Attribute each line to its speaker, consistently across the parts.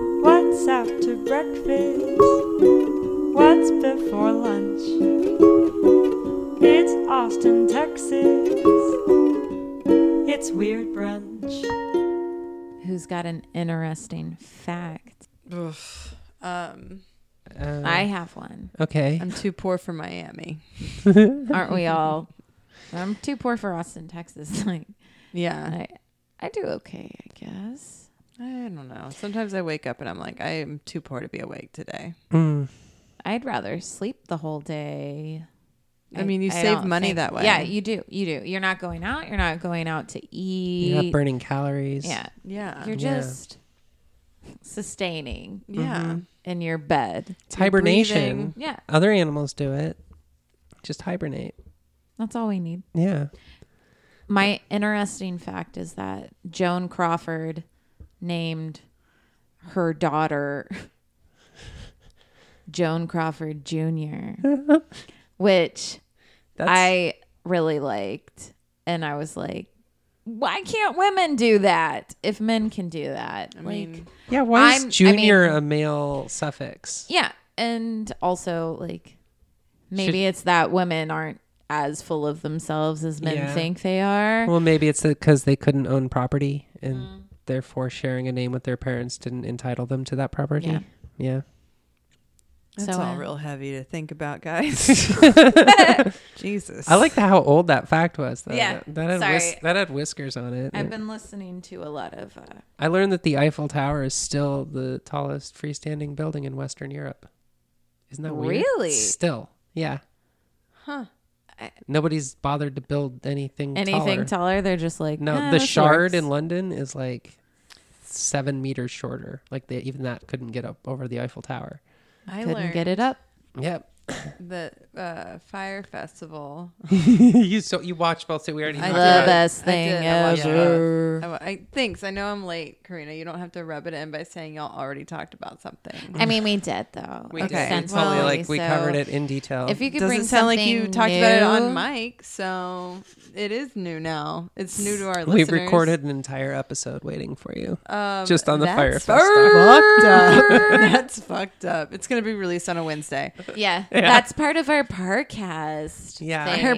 Speaker 1: What's after breakfast? What's before lunch? It's Austin, Texas. It's Weird Brunch.
Speaker 2: Who's got an interesting fact?
Speaker 3: Oof. Um,
Speaker 4: Uh,
Speaker 2: I have one.
Speaker 4: okay.
Speaker 3: I'm too poor for Miami.
Speaker 2: Aren't we all? I'm too poor for Austin, Texas. Like
Speaker 3: Yeah.
Speaker 2: I, I do okay, I guess.
Speaker 3: I don't know. Sometimes I wake up and I'm like, I am too poor to be awake today.
Speaker 4: Mm.
Speaker 2: I'd rather sleep the whole day.
Speaker 3: I mean, you save
Speaker 2: don't
Speaker 3: money that way.
Speaker 2: Yeah, you do. You do. You're not going out. You're not going out to eat.
Speaker 4: You're not burning calories.
Speaker 2: Yeah,
Speaker 3: Uh, Yeah.
Speaker 2: you're
Speaker 4: Yeah.
Speaker 2: just sustaining
Speaker 3: yeah.
Speaker 2: in your bed.
Speaker 4: It's hibernation.
Speaker 3: breathing.
Speaker 2: Yeah,
Speaker 4: Other animals do it. Just hibernate.
Speaker 2: that's all we need.
Speaker 4: Yeah.
Speaker 2: My interesting fact is that Joan Crawford named her daughter Joan Crawford Jr., which I really liked. And I was like, why can't women do that if men can do that?
Speaker 3: I
Speaker 2: like,
Speaker 3: mean,
Speaker 4: Yeah. Why
Speaker 2: I'm- I
Speaker 4: is junior a male suffix?
Speaker 2: yeah. And also, like, maybe it's that women aren't as full of themselves as men
Speaker 4: Yeah.
Speaker 2: think they are.
Speaker 4: Well, maybe it's because they couldn't own property and
Speaker 2: Mm.
Speaker 4: therefore sharing a name with their parents didn't entitle them to that property.
Speaker 2: Yeah.
Speaker 4: Yeah.
Speaker 3: that's
Speaker 2: So,
Speaker 3: all
Speaker 2: uh,
Speaker 3: real heavy to think about, guys. Jesus.
Speaker 4: I like that how old that fact was. Though.
Speaker 2: Yeah.
Speaker 4: That, that had
Speaker 2: Sorry.
Speaker 4: whis- that had whiskers on it.
Speaker 2: I've been listening to a lot of. Uh,
Speaker 4: I learned that the Eiffel Tower is still the tallest freestanding building in Western Europe. Isn't that weird?
Speaker 2: Really?
Speaker 4: Still. Yeah. Huh. Nobody's bothered to build anything
Speaker 2: anything
Speaker 4: taller.
Speaker 2: taller, they're just like
Speaker 4: No,
Speaker 2: "Ah,
Speaker 4: the
Speaker 2: this
Speaker 4: Shard
Speaker 2: works."
Speaker 4: in London is like seven meters shorter. Like they, even that couldn't get up over the Eiffel Tower.
Speaker 3: I
Speaker 2: couldn't
Speaker 3: learned
Speaker 2: get it up.
Speaker 4: Yep.
Speaker 3: the uh, fire festival.
Speaker 4: you so you watched both. So we already.
Speaker 2: The
Speaker 3: I
Speaker 4: talked
Speaker 3: did.
Speaker 4: about it.
Speaker 2: best
Speaker 3: I
Speaker 2: thing
Speaker 3: did. I watched
Speaker 2: ever.
Speaker 3: Oh, I, thanks. I know I'm late, Karina. You don't have to rub it in by saying y'all already talked about something.
Speaker 2: I mean, we did though.
Speaker 4: We
Speaker 3: Okay.
Speaker 4: did.
Speaker 2: extensively,
Speaker 4: It's only like we
Speaker 2: so
Speaker 4: covered it in detail.
Speaker 2: If you could bring
Speaker 3: Doesn't sound like you
Speaker 2: something
Speaker 3: talked about it
Speaker 2: new-
Speaker 3: on mic, so it is new now. It's new to our
Speaker 4: we
Speaker 3: listeners.
Speaker 4: recorded an entire episode waiting for you,
Speaker 3: um,
Speaker 4: just on the
Speaker 3: that's
Speaker 4: fire
Speaker 3: Fucked up. that's fucked up. It's gonna be released on a Wednesday.
Speaker 2: Yeah, that's part of our podcast.
Speaker 4: Yeah.
Speaker 2: thing.
Speaker 4: Our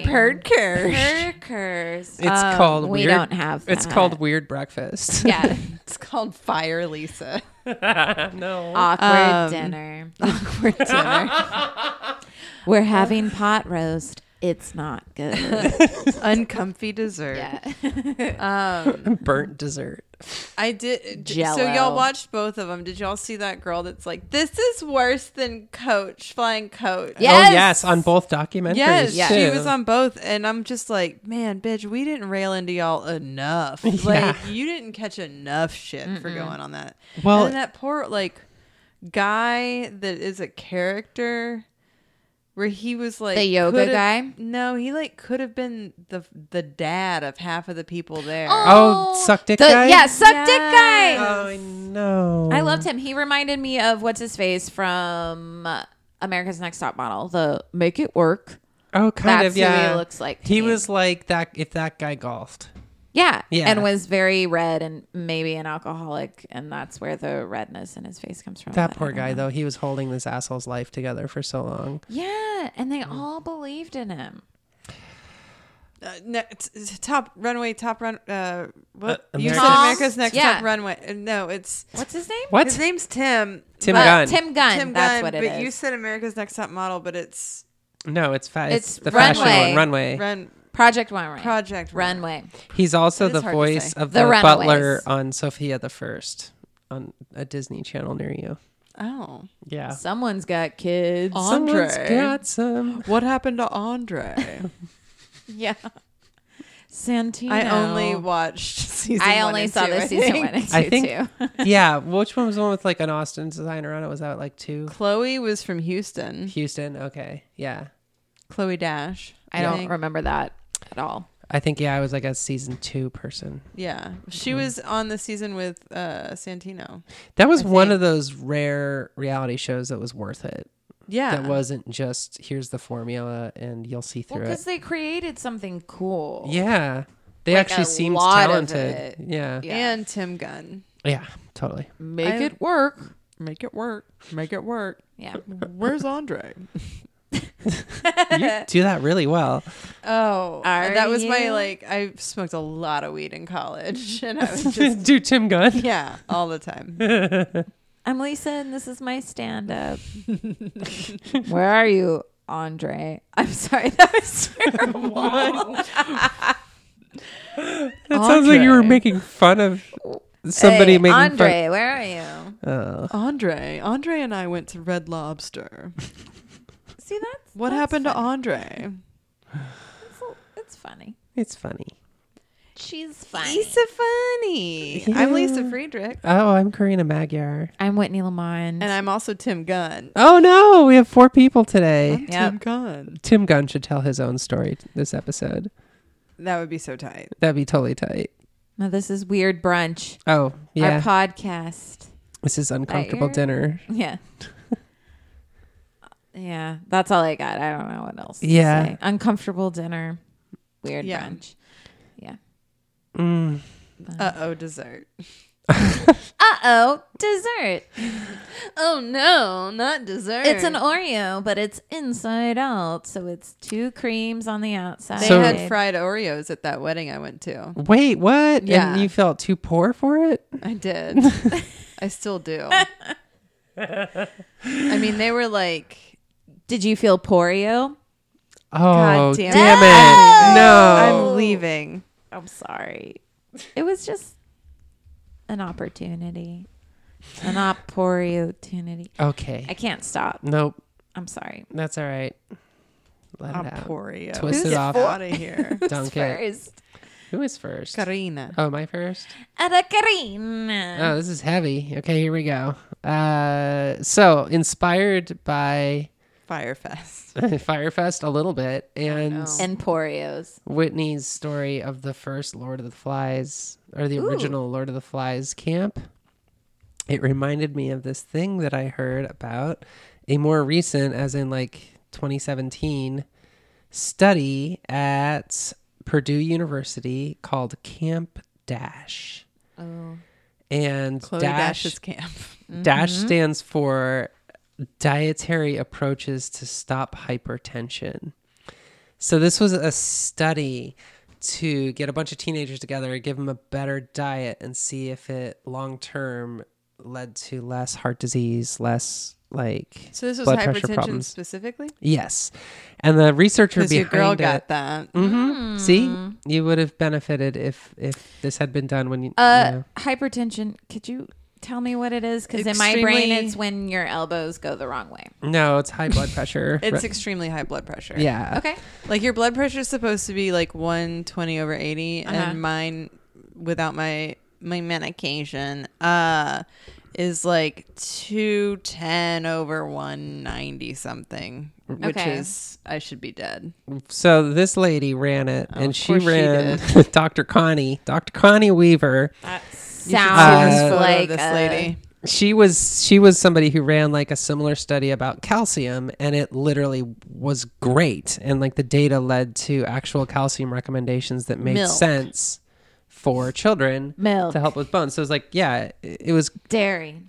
Speaker 2: Perkers.
Speaker 4: It's called.
Speaker 2: Um, we
Speaker 4: weird,
Speaker 2: don't have.
Speaker 4: It's
Speaker 2: that.
Speaker 4: called weird breakfast.
Speaker 2: Yeah,
Speaker 3: It's called Fire Lisa.
Speaker 4: no.
Speaker 2: awkward
Speaker 3: Um,
Speaker 2: dinner.
Speaker 3: Awkward dinner.
Speaker 2: We're having pot roast. It's not good.
Speaker 3: Uncomfy dessert.
Speaker 2: yeah.
Speaker 3: Um,
Speaker 4: Burnt dessert.
Speaker 3: I did. d- So
Speaker 2: Jell-O.
Speaker 3: y'all watched both of them. Did y'all see that girl that's like, this is worse than Coach, Flying Coach?
Speaker 2: Yeah. Yes!
Speaker 4: Oh yes, on both documentaries.
Speaker 3: Yes,
Speaker 2: Yeah.
Speaker 3: she
Speaker 4: too.
Speaker 3: was on both, and I'm just like, man, bitch, we didn't rail into y'all enough.
Speaker 4: Yeah.
Speaker 3: Like, you didn't catch enough shit for going on that.
Speaker 4: Well-
Speaker 3: and then that poor like guy that is a character, where he was like
Speaker 2: The yoga
Speaker 3: could've-
Speaker 2: guy?
Speaker 3: No, he like could have been the the dad of half of the people there.
Speaker 4: Oh, suck dick
Speaker 2: the,
Speaker 4: guy?
Speaker 2: Yeah, suck dick guy.
Speaker 3: Yes.
Speaker 4: Oh no.
Speaker 2: I loved him. He reminded me of what's his face from uh, America's Next Top Model, the Make It Work.
Speaker 4: Oh, kind
Speaker 2: That's
Speaker 4: of. Yeah,
Speaker 2: who he looks like. to
Speaker 4: He
Speaker 2: me.
Speaker 4: was like that if that guy golfed.
Speaker 2: yeah,
Speaker 4: Yeah.
Speaker 2: and was very red and maybe an alcoholic, and that's where the redness in his face comes from.
Speaker 4: That
Speaker 2: but I
Speaker 4: poor
Speaker 2: don't
Speaker 4: guy
Speaker 2: know.
Speaker 4: though, he was holding this asshole's life together for so long.
Speaker 2: Yeah, and
Speaker 4: Mm.
Speaker 2: they all believed in him.
Speaker 3: uh, ne- t- t- top runway, top run. Uh, what
Speaker 4: Uh,
Speaker 3: you
Speaker 4: America's-
Speaker 3: said?
Speaker 2: Tom?
Speaker 3: America's Next
Speaker 2: Yeah.
Speaker 3: Top Runway. Uh, No, it's
Speaker 2: What's his name? Uh,
Speaker 4: What?
Speaker 3: his name's Tim. Uh,
Speaker 4: Tim
Speaker 3: but-
Speaker 4: Gunn.
Speaker 2: Tim Gunn.
Speaker 3: Tim
Speaker 2: that's
Speaker 3: Gunn.
Speaker 2: what it is.
Speaker 3: but you said America's Next Top Model, but it's
Speaker 4: No, it's fa- it's,
Speaker 2: It's
Speaker 4: the fashion
Speaker 2: Runway.
Speaker 4: one, runway.
Speaker 3: Run
Speaker 2: Project Runway.
Speaker 3: Project
Speaker 2: Runway.
Speaker 4: He's also
Speaker 3: It is
Speaker 4: the
Speaker 3: hard to
Speaker 4: voice
Speaker 3: say.
Speaker 4: of
Speaker 2: The
Speaker 4: the,
Speaker 2: Runaways.
Speaker 4: butler on Sophia the First on a Disney Channel near you.
Speaker 3: Oh,
Speaker 4: Yeah.
Speaker 2: Someone's got kids.
Speaker 4: Someone's
Speaker 3: Andre.
Speaker 4: got some.
Speaker 3: what happened to Andre?
Speaker 2: Yeah. Santino.
Speaker 3: I only watched season.
Speaker 2: I
Speaker 3: one
Speaker 2: only
Speaker 3: and
Speaker 2: saw
Speaker 3: two,
Speaker 2: the
Speaker 3: I
Speaker 2: season
Speaker 3: think.
Speaker 2: one and two
Speaker 4: I think-
Speaker 2: too.
Speaker 4: yeah, which one was the one with like an Austin designer on it? Was that like two?
Speaker 3: Chloe was from Houston.
Speaker 4: Houston. Okay. Yeah.
Speaker 3: Chloe Dash.
Speaker 2: I don't
Speaker 3: think.
Speaker 2: remember that at all.
Speaker 4: I think yeah, I was like a season two person.
Speaker 3: Yeah, she
Speaker 2: Mm-hmm.
Speaker 3: was on the season with uh, Santino.
Speaker 4: That was
Speaker 3: I
Speaker 4: one
Speaker 3: think.
Speaker 4: of those rare reality shows that was worth it.
Speaker 3: Yeah,
Speaker 4: that wasn't just here's the formula and you'll see
Speaker 2: Well,
Speaker 4: through
Speaker 2: because
Speaker 4: it.
Speaker 2: they created something cool.
Speaker 4: Yeah. They
Speaker 2: Like, a
Speaker 4: actually seemed
Speaker 2: lot of
Speaker 4: talented.
Speaker 2: it.
Speaker 4: Yeah.
Speaker 2: Yeah.
Speaker 3: and Tim Gunn.
Speaker 4: Yeah, totally.
Speaker 2: Make
Speaker 3: I-
Speaker 2: it work.
Speaker 3: Make it work. Make it work.
Speaker 2: Yeah.
Speaker 3: Where's Andre?
Speaker 4: You do that really well.
Speaker 3: Oh,
Speaker 2: Are
Speaker 3: that was my
Speaker 2: you?
Speaker 3: like. I smoked a lot of weed in college, and I was just
Speaker 4: do Tim Gunn.
Speaker 3: yeah, all the time.
Speaker 2: I'm Lisa, and this is my stand up. Where are you, Andre? I'm sorry, that was terrible.
Speaker 4: That sounds like you were
Speaker 3: Andre.
Speaker 4: making fun of somebody
Speaker 2: Hey,
Speaker 4: making
Speaker 2: Andre, where are you?
Speaker 4: fun. Oh.
Speaker 3: Andre, Andre, and I went to Red Lobster.
Speaker 2: See, that's
Speaker 3: What
Speaker 2: that's
Speaker 3: happened to
Speaker 2: funny.
Speaker 3: Andre?
Speaker 2: It's, it's funny.
Speaker 4: It's funny.
Speaker 2: She's funny.
Speaker 3: Lisa funny. I'm Lisa
Speaker 4: Yeah.
Speaker 3: Friedrich,
Speaker 4: Oh, I'm Karina Magyar.
Speaker 2: I'm Whitney Lamont.
Speaker 3: and I'm also Tim Gunn.
Speaker 4: Oh no, we have four people today.
Speaker 2: Yep.
Speaker 3: Tim Gunn.
Speaker 4: Tim Gunn should tell his own story t- this episode.
Speaker 3: That would be so tight.
Speaker 4: That'd be totally tight.
Speaker 2: No, this is Weird Brunch,
Speaker 4: Oh yeah,
Speaker 2: our podcast.
Speaker 4: this is uncomfortable
Speaker 2: your-
Speaker 4: dinner.
Speaker 2: Yeah. yeah, that's all I got. I don't know what else. to
Speaker 4: Yeah.
Speaker 2: say. Uncomfortable dinner, Weird
Speaker 3: Yeah.
Speaker 2: Brunch. Yeah.
Speaker 4: Mm.
Speaker 3: Uh oh, dessert.
Speaker 2: Uh oh, dessert.
Speaker 3: Oh no, not dessert.
Speaker 2: It's an Oreo, but it's inside out, so it's two creams on the outside.
Speaker 3: They
Speaker 4: So-
Speaker 3: had fried Oreos at that wedding I went to.
Speaker 4: Wait, what?
Speaker 3: Yeah.
Speaker 4: And you felt too poor for it?
Speaker 3: I did. I still do. I mean, they were like,
Speaker 2: Did you feel Porio?
Speaker 4: Oh
Speaker 3: God damn
Speaker 4: damn,
Speaker 3: it.
Speaker 4: it! No.
Speaker 3: I'm leaving.
Speaker 2: I'm sorry. It was just an opportunity, an opportunity.
Speaker 4: okay.
Speaker 2: I can't stop.
Speaker 4: Nope.
Speaker 2: I'm sorry.
Speaker 4: That's all right. Let it out.
Speaker 3: Emporio.
Speaker 4: Twist it off.
Speaker 3: out of here.
Speaker 4: Dunk it.
Speaker 2: First,
Speaker 4: Who is first?
Speaker 3: Karina.
Speaker 4: Oh, my first?
Speaker 2: Ada Karina.
Speaker 4: Oh, this is heavy. Okay, here we go. Uh, so inspired by
Speaker 3: Firefest.
Speaker 4: Firefest a little bit and
Speaker 3: no.
Speaker 2: and Porios.
Speaker 4: Whitney's story of the first Lord of the Flies or the original Lord of the Flies camp. It reminded me of this thing that I heard about a more recent, as in like 2017, study at Purdue University called Camp Dash.
Speaker 2: Oh.
Speaker 4: And
Speaker 3: Chloe
Speaker 4: Dash
Speaker 3: Dash's camp.
Speaker 4: Dash
Speaker 3: Mm-hmm.
Speaker 4: stands for dietary approaches to stop hypertension. So this was a study to get a bunch of teenagers together, give them a better diet, and see if it long term led to less heart disease, less like
Speaker 3: So this was
Speaker 4: blood pressure
Speaker 3: hypertension
Speaker 4: problems.
Speaker 3: specifically?
Speaker 4: Yes, and the researcher
Speaker 3: Because your
Speaker 4: behind
Speaker 3: girl got Hmm.
Speaker 4: it.
Speaker 3: that.
Speaker 4: Mhm. See, you would have benefited if if this had been done when you.
Speaker 2: Uh,
Speaker 4: you know.
Speaker 2: hypertension. Could you tell me what it is? Because in my brain,
Speaker 3: Extremely-
Speaker 2: it's when your elbows go the wrong way.
Speaker 4: No, it's high blood pressure.
Speaker 3: It's
Speaker 4: Re-
Speaker 3: extremely high blood pressure.
Speaker 4: yeah.
Speaker 2: Okay.
Speaker 3: Like your blood pressure is supposed to be like 120 over 80
Speaker 2: Uh-huh.
Speaker 3: and mine without my my medication uh is like 210 over 190 something, which
Speaker 2: Okay.
Speaker 3: is I should be dead.
Speaker 4: so this lady ran it and
Speaker 3: of
Speaker 4: she
Speaker 3: course she
Speaker 4: ran Dr. Connie, Dr. Connie Weaver.
Speaker 2: That
Speaker 4: see
Speaker 2: sounds
Speaker 4: this photo of
Speaker 2: like
Speaker 3: this
Speaker 2: a-
Speaker 3: lady.
Speaker 4: She was she was somebody who ran like a similar study about calcium and it literally was great and like the data led to actual calcium recommendations that made
Speaker 3: Milk.
Speaker 4: sense for children
Speaker 2: Milk.
Speaker 4: to help with bones. So it was like, yeah, it, it was
Speaker 2: dairy.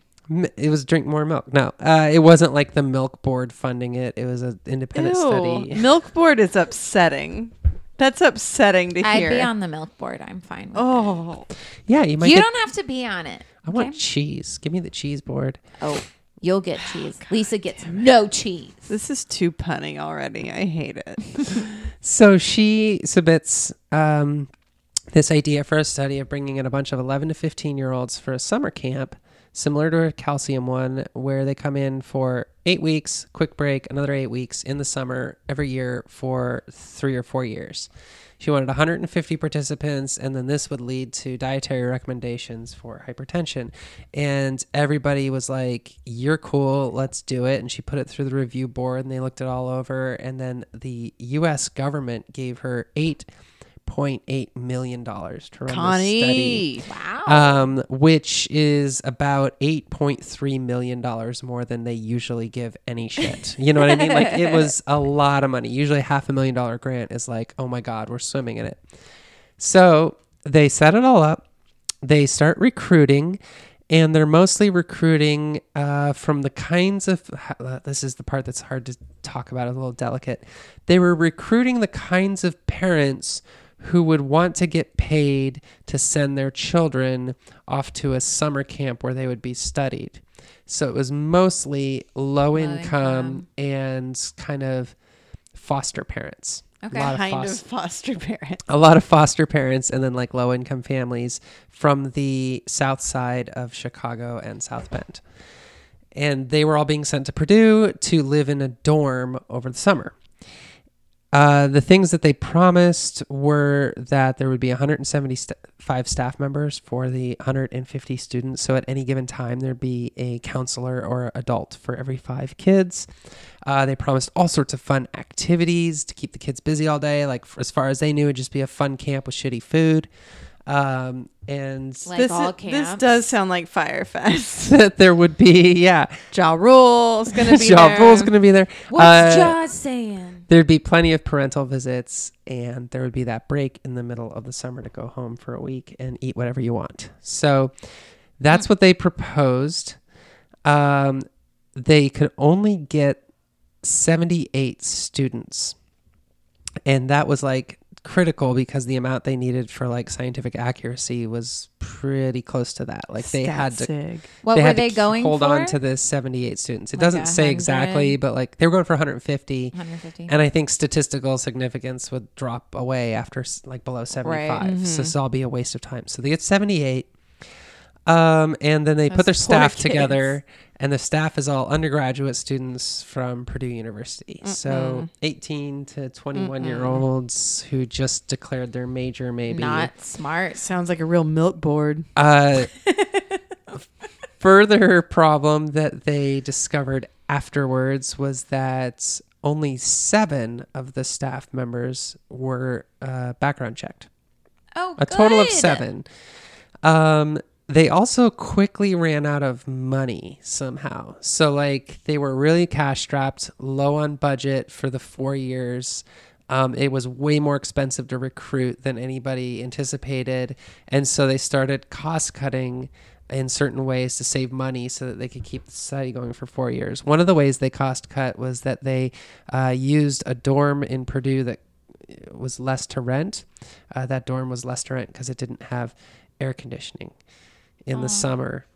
Speaker 4: it was drink more milk. No, uh, it wasn't like the milk board funding it. It was an independent study.
Speaker 3: Milk board is upsetting. That's upsetting to
Speaker 2: I'd
Speaker 3: hear.
Speaker 2: be on the milk board. I'm fine. With
Speaker 3: oh,
Speaker 4: Yeah, you might.
Speaker 2: it. You
Speaker 4: get-
Speaker 2: don't have to be on it.
Speaker 4: I want cheese. Give me the cheese board.
Speaker 2: Oh, you'll get cheese. Lisa gets no cheese.
Speaker 3: this is too punny already. I hate it.
Speaker 4: So she submits um, this idea for a study of bringing in a bunch of 11 to 15 year olds for a summer camp, similar to a calcium one, where they come in for eight weeks, quick break, another eight weeks in the summer every year for three or four years. She wanted 150 participants, and then this would lead to dietary recommendations for hypertension. And everybody was like, You're cool, let's do it. And she put it through the review board, and they looked it all over. And then the US government gave her $8.8 million to run this study.
Speaker 3: Connie.
Speaker 2: Wow.
Speaker 4: Um, which is about eight point three million dollars more than they usually give any shit. You know what I mean? Like it was a lot of money. Usually half a million dollar grant is like, oh my god, we're swimming in it. So they set it all up. They start recruiting, and they're mostly recruiting uh, from the kinds of uh, this is the part that's hard to talk about a little delicate they were recruiting the kinds of parents who would want to get paid to send their children off to a summer camp where they would be studied so it was mostly low, income,
Speaker 2: income.
Speaker 4: and kind of foster parents
Speaker 2: Okay.
Speaker 4: a Uh, lot of,
Speaker 3: kind
Speaker 4: foster,
Speaker 3: of foster parent.
Speaker 4: a lot of foster parents and then like low income families from the south side of Chicago and South Bend. And they were all being sent to Purdue to live in a dorm over the summer. Uh, the things that they promised were that there would be 175 staff members for the 150 students. So at any given time, there'd be a counselor or adult for every five kids. Uh, they promised all sorts of fun activities to keep the kids busy all day. Like, f- as far as they knew, it'd just be a fun camp with shitty food. Um, and
Speaker 2: Like
Speaker 3: this,
Speaker 2: all
Speaker 3: i- this
Speaker 2: camps.
Speaker 3: does sound like Firefest.
Speaker 4: that there would be, yeah,
Speaker 3: Ja Rule's gonna be
Speaker 4: Ja
Speaker 3: there.
Speaker 4: Rule's going to be there.
Speaker 2: What's
Speaker 4: Uh,
Speaker 2: Jaws saying?
Speaker 4: There'd be plenty of parental visits, and there would be that break in the middle of the summer to go home for a week and eat whatever you want. So that's
Speaker 2: Hmm.
Speaker 4: what they proposed. Um, they could only get 78 students, and that was like critical because the amount they needed for like scientific accuracy was pretty close to that. Like they had to
Speaker 3: Statsig.
Speaker 2: What
Speaker 4: they
Speaker 2: were
Speaker 4: had
Speaker 2: they
Speaker 4: to
Speaker 2: going
Speaker 4: hold
Speaker 2: for?
Speaker 4: on to the 78 students. It
Speaker 2: Like
Speaker 4: doesn't
Speaker 2: a
Speaker 4: say
Speaker 2: hundred?
Speaker 4: exactly, but like they were going for 150.
Speaker 2: 150.
Speaker 4: And I think statistical significance would drop away after s- like below 75.
Speaker 3: mm-hmm.
Speaker 4: So this will all be a waste of time. So they get 78. Um, and then they put
Speaker 3: Those
Speaker 4: their
Speaker 3: poor
Speaker 4: staff
Speaker 3: kids.
Speaker 4: together, and the staff is all undergraduate students from Purdue University. So 18 to 21 year olds who just declared their major, maybe.
Speaker 2: Not smart.
Speaker 3: Sounds like a real milk board.
Speaker 4: Uh, further problem that they discovered afterwards was that only seven of the staff members were uh, background checked.
Speaker 2: Oh,
Speaker 4: A total of
Speaker 2: good.
Speaker 4: seven. Um, they also quickly ran out of money somehow. So, like, they were really cash strapped, low on budget for the four years. Um, it was way more expensive to recruit than anybody anticipated. And so they started cost cutting in certain ways to save money so that they could keep the study going for four years. One of the ways they cost cut was that they uh, used a dorm in Purdue that was less to rent. Uh, that dorm was less to rent because it didn't have air conditioning in
Speaker 2: Oh.
Speaker 4: the summer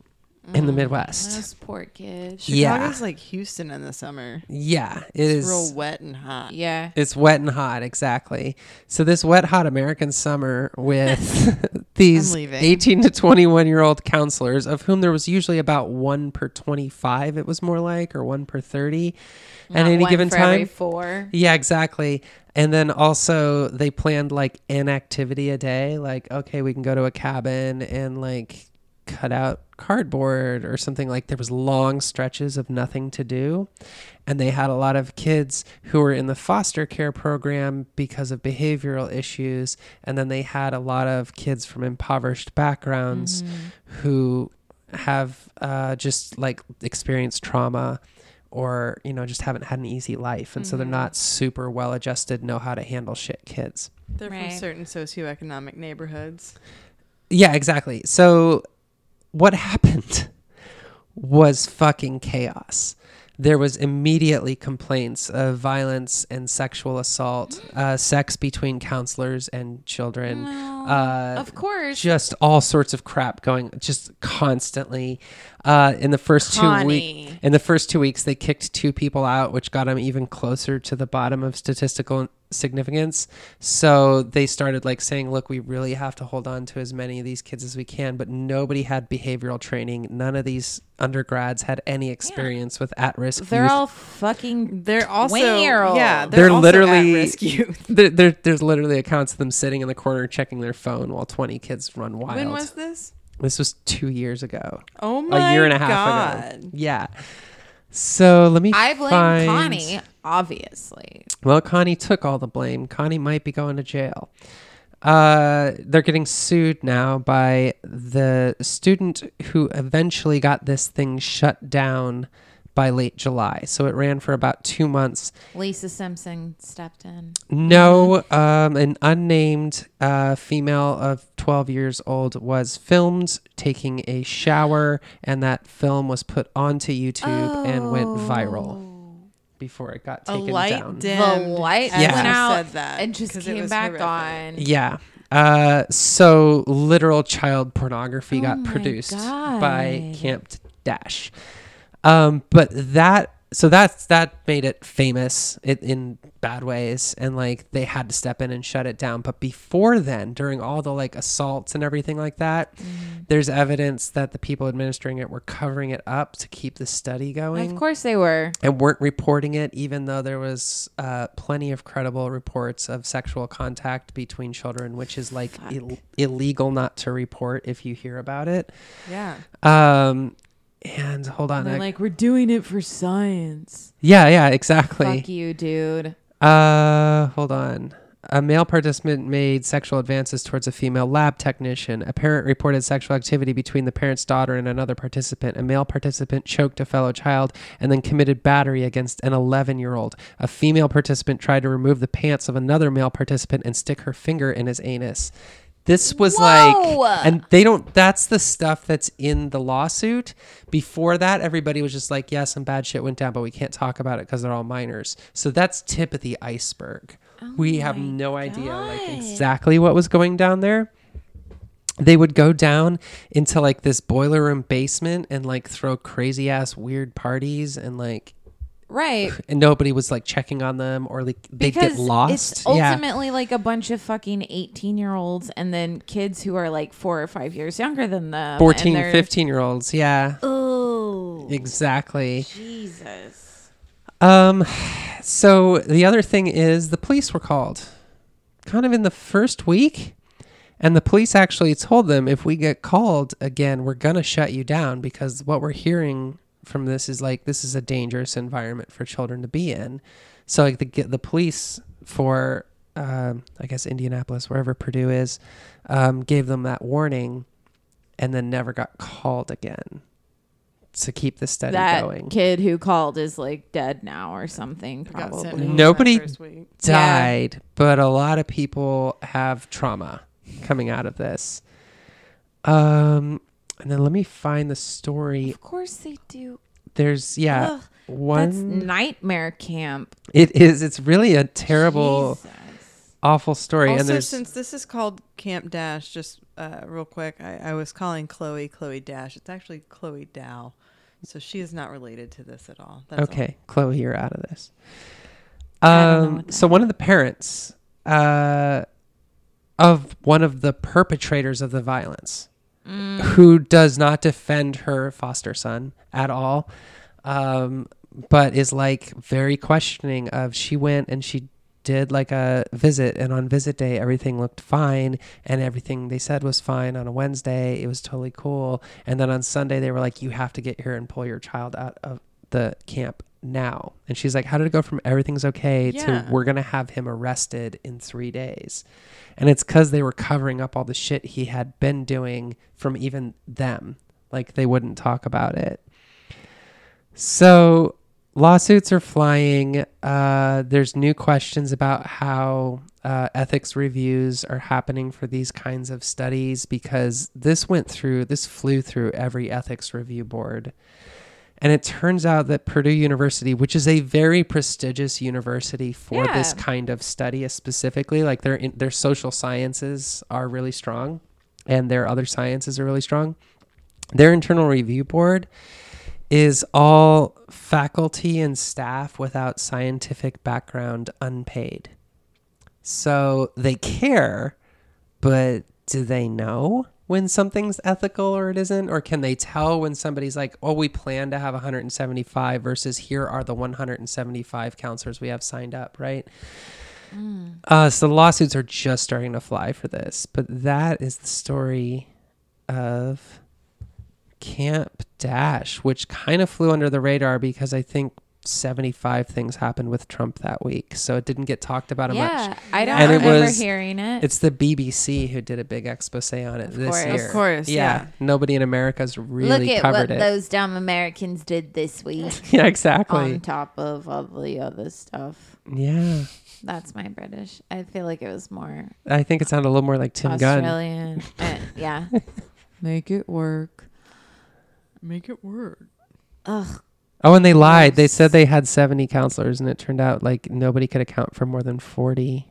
Speaker 4: in the
Speaker 2: Mm,
Speaker 4: Midwest.
Speaker 2: Those poor kids.
Speaker 4: Yeah.
Speaker 3: Chicago's like Houston in the summer.
Speaker 4: Yeah, it
Speaker 3: It's real
Speaker 4: is.
Speaker 3: wet and hot.
Speaker 2: Yeah.
Speaker 4: It's wet and hot, exactly. So this wet, hot American summer with these
Speaker 3: I'm leaving.
Speaker 4: 18 to 21 year old counselors, of whom there was usually about one per 25, it was more like, or one per 30 at
Speaker 2: Not
Speaker 4: any
Speaker 2: one
Speaker 4: given
Speaker 2: for
Speaker 4: time.
Speaker 2: Every four.
Speaker 4: Yeah, exactly. And then also they planned like an activity a day, like okay, we can go to a cabin and like cut out cardboard or something like there was long stretches of nothing to do. And they had a lot of kids who were in the foster care program because of behavioral issues and then they had a lot of kids from impoverished backgrounds who have uh, just like experienced trauma or you know just haven't had an easy life and so
Speaker 2: Mm-hmm.
Speaker 4: they're not super well adjusted know how to handle shit kids
Speaker 3: They're from
Speaker 2: Right.
Speaker 3: certain socioeconomic neighborhoods.
Speaker 4: yeah exactly so what happened was fucking chaos there was immediately complaints of violence and sexual assault uh, sex between counselors and children uh,
Speaker 2: Of course.
Speaker 4: just all sorts of crap going just constantly uh, in the first two weeks
Speaker 2: Connie.
Speaker 4: in the first two weeks they kicked two people out which got them even closer to the bottom of statistical significance so they started like saying look we really have to hold on to as many of these kids as we can but nobody had behavioral training none of these undergrads had any experience with at-risk
Speaker 2: They're
Speaker 4: youth.
Speaker 2: all fucking.
Speaker 3: They're also
Speaker 2: 20-year-old.
Speaker 3: yeah.
Speaker 4: They're
Speaker 3: also
Speaker 4: literally-
Speaker 3: at risk youth.
Speaker 4: there, there, there's literally accounts of them sitting in the corner checking their phone while 20 kids run wild
Speaker 3: When was this?
Speaker 4: this was two years ago
Speaker 3: Oh my
Speaker 4: a year and a half
Speaker 3: God.
Speaker 4: ago. Yeah. So let me.
Speaker 2: I blame
Speaker 4: find-
Speaker 2: Connie, obviously.
Speaker 4: Well, Connie took all the blame. Connie might be going to jail. Uh, they're getting sued now by the student who eventually got this thing shut down by late July. So it ran for about two months.
Speaker 2: Lisa Simpson stepped in.
Speaker 4: No, um, an unnamed uh, female of 12 years old was filmed taking a shower, and that film was put onto YouTube and went viral before it got
Speaker 3: Oh. A
Speaker 4: taken
Speaker 3: light
Speaker 4: down.
Speaker 2: Oh. The
Speaker 3: dimmed
Speaker 2: light
Speaker 3: as
Speaker 4: Yeah.
Speaker 2: went
Speaker 3: you
Speaker 2: out
Speaker 3: said that,
Speaker 2: and just
Speaker 3: 'cause it
Speaker 2: came
Speaker 3: was
Speaker 2: back
Speaker 3: horrific.
Speaker 2: on.
Speaker 4: Yeah. Uh, so literal child pornography got
Speaker 2: Oh my
Speaker 4: produced
Speaker 2: God.
Speaker 4: by Camp Dash. Um, but that so that's that made it famous it, in bad ways, and like they had to step in and shut it down. But before then, during all the like assaults and everything like that,
Speaker 2: Mm-hmm.
Speaker 4: there's evidence that the people administering it were covering it up to keep the study going
Speaker 2: Of course they were.
Speaker 4: and weren't reporting it, even though there was uh, plenty of credible reports of sexual contact between children, which is like Ill- illegal not to report if you hear about it.
Speaker 3: Yeah.
Speaker 4: Um, and hold on, I-
Speaker 2: They're like, we're doing it for science.
Speaker 4: yeah, yeah, exactly.
Speaker 2: Fuck you, dude.
Speaker 4: Uh, hold on. A male participant made sexual advances towards a female lab technician. A parent reported sexual activity between the parent's daughter and another participant. A male participant choked a fellow child and then committed battery against an 11 year old. A female participant tried to remove the pants of another male participant and stick her finger in his anus. This was
Speaker 2: Whoa!
Speaker 4: like, and they don't, that's the stuff that's in the lawsuit. Before that, everybody was just like, yeah, some bad shit went down, but we can't talk about it because they're all minors. So that's tip of the iceberg.
Speaker 2: Oh
Speaker 4: we have no idea like exactly what was going down there. They would go down into like this boiler room basement and like throw crazy ass weird parties and like,
Speaker 2: Right.
Speaker 4: and nobody was like checking on them or like they'd
Speaker 2: Because
Speaker 4: get lost.
Speaker 2: It's ultimately like a bunch of fucking 18 year olds and then kids who are like four or five years younger than them.
Speaker 4: 14
Speaker 2: and
Speaker 4: 15 year olds yeah
Speaker 2: Oh,
Speaker 4: exactly
Speaker 2: Jesus.
Speaker 4: um so the other thing is the police were called kind of in the first week and the police actually told them if we get called again we're gonna shut you down because what we're hearing from this is like this is a dangerous environment for children to be in so like the the police for um, i guess indianapolis wherever purdue is um, gave them that warning and then never got called again to keep the study
Speaker 2: That
Speaker 4: going
Speaker 2: kid who called is like dead now or something,
Speaker 3: Got sent home
Speaker 2: probably.
Speaker 3: that
Speaker 4: Nobody-
Speaker 3: first week.
Speaker 4: died, but a lot of people have trauma coming out of this. Um, and then let me find the story.
Speaker 2: Of course they do.
Speaker 4: There's yeah,
Speaker 2: Ugh, That's
Speaker 4: one.
Speaker 2: nightmare camp.
Speaker 4: it is. It's really a terrible, awful story. and
Speaker 3: Also,
Speaker 4: there's
Speaker 3: since this is called Camp Dash, just uh, real quick, I, I was calling Chloe Chloe Dash. It's actually Chloe Dow, so she is not related to this at all. That's all.
Speaker 4: okay, Chloe, you're out of this.
Speaker 2: I don't know
Speaker 4: Um,
Speaker 2: what
Speaker 4: so one of the parents uh, of one of the perpetrators of the violence,
Speaker 2: Mm.
Speaker 4: who does not defend her foster son at all, um, but is like very questioning of she went and she did like a visit and on visit day everything looked fine and everything they said was fine on a Wednesday it was totally cool and then on Sunday they were like you have to get here and pull your child out of the camp now and she's like how did it go from everything's okay to
Speaker 3: Yeah.
Speaker 4: we're gonna have him arrested in three days and it's because they were covering up all the shit he had been doing from even them like they wouldn't talk about it so lawsuits are flying. Uh, there's new questions about how uh, ethics reviews are happening for these kinds of studies because this went through, this flew through every ethics review board. And it turns out that Purdue University, which is a very prestigious university for this
Speaker 2: Yeah.
Speaker 4: kind of study specifically, like their their social sciences are really strong, and their other sciences are really strong. Their internal review board is all faculty and staff without scientific background unpaid. So they care, but do they know when something's ethical or it isn't? Or can they tell when somebody's like, oh, we plan to have 175 versus here are the 175 counselors we have signed up, right? Uh, so the lawsuits are just starting to fly for this. But that is the story of Camp Dash, which kind of flew under the radar because I think 75 things happened with Trump that week. So it didn't get talked about
Speaker 2: yeah,
Speaker 4: much.
Speaker 2: I don't
Speaker 4: And it
Speaker 2: remember
Speaker 4: was-
Speaker 2: hearing it.
Speaker 4: It's the BBC who did a big expose on it this
Speaker 2: course. Of
Speaker 4: year.
Speaker 3: course, yeah.
Speaker 4: Nobody in America's really
Speaker 2: Look at
Speaker 4: covered
Speaker 2: what
Speaker 4: it.
Speaker 2: those dumb Americans did this week.
Speaker 4: yeah, exactly.
Speaker 2: on top of all the other stuff.
Speaker 4: yeah.
Speaker 2: That's my British. I feel like it was more
Speaker 4: I think it sounded a little more like Tim Gunn.
Speaker 2: Australian. Uh, yeah.
Speaker 3: Make it work. Make it work.
Speaker 2: Ugh.
Speaker 4: Oh, and they lied. They said they had 70 counselors, and it turned out like nobody could account for more than 40.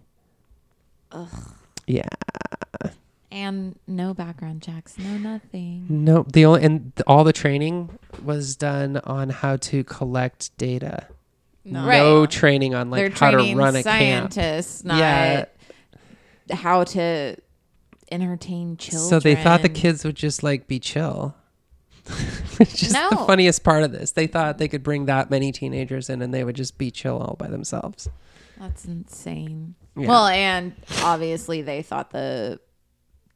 Speaker 4: Yeah.
Speaker 2: And no background checks. No nothing.
Speaker 4: No, the only and th- all the training was done on how to collect data. No,
Speaker 2: Right.
Speaker 4: training on like how to run a camp.
Speaker 2: scientists, not
Speaker 4: Yeah.
Speaker 2: how to entertain children.
Speaker 4: So they thought the kids would just like be chill. Which is the
Speaker 2: No.
Speaker 4: funniest part of this. They thought they could bring that many teenagers in and they would just be chill all by themselves.
Speaker 2: That's insane.
Speaker 4: Yeah.
Speaker 2: Well, and obviously they thought the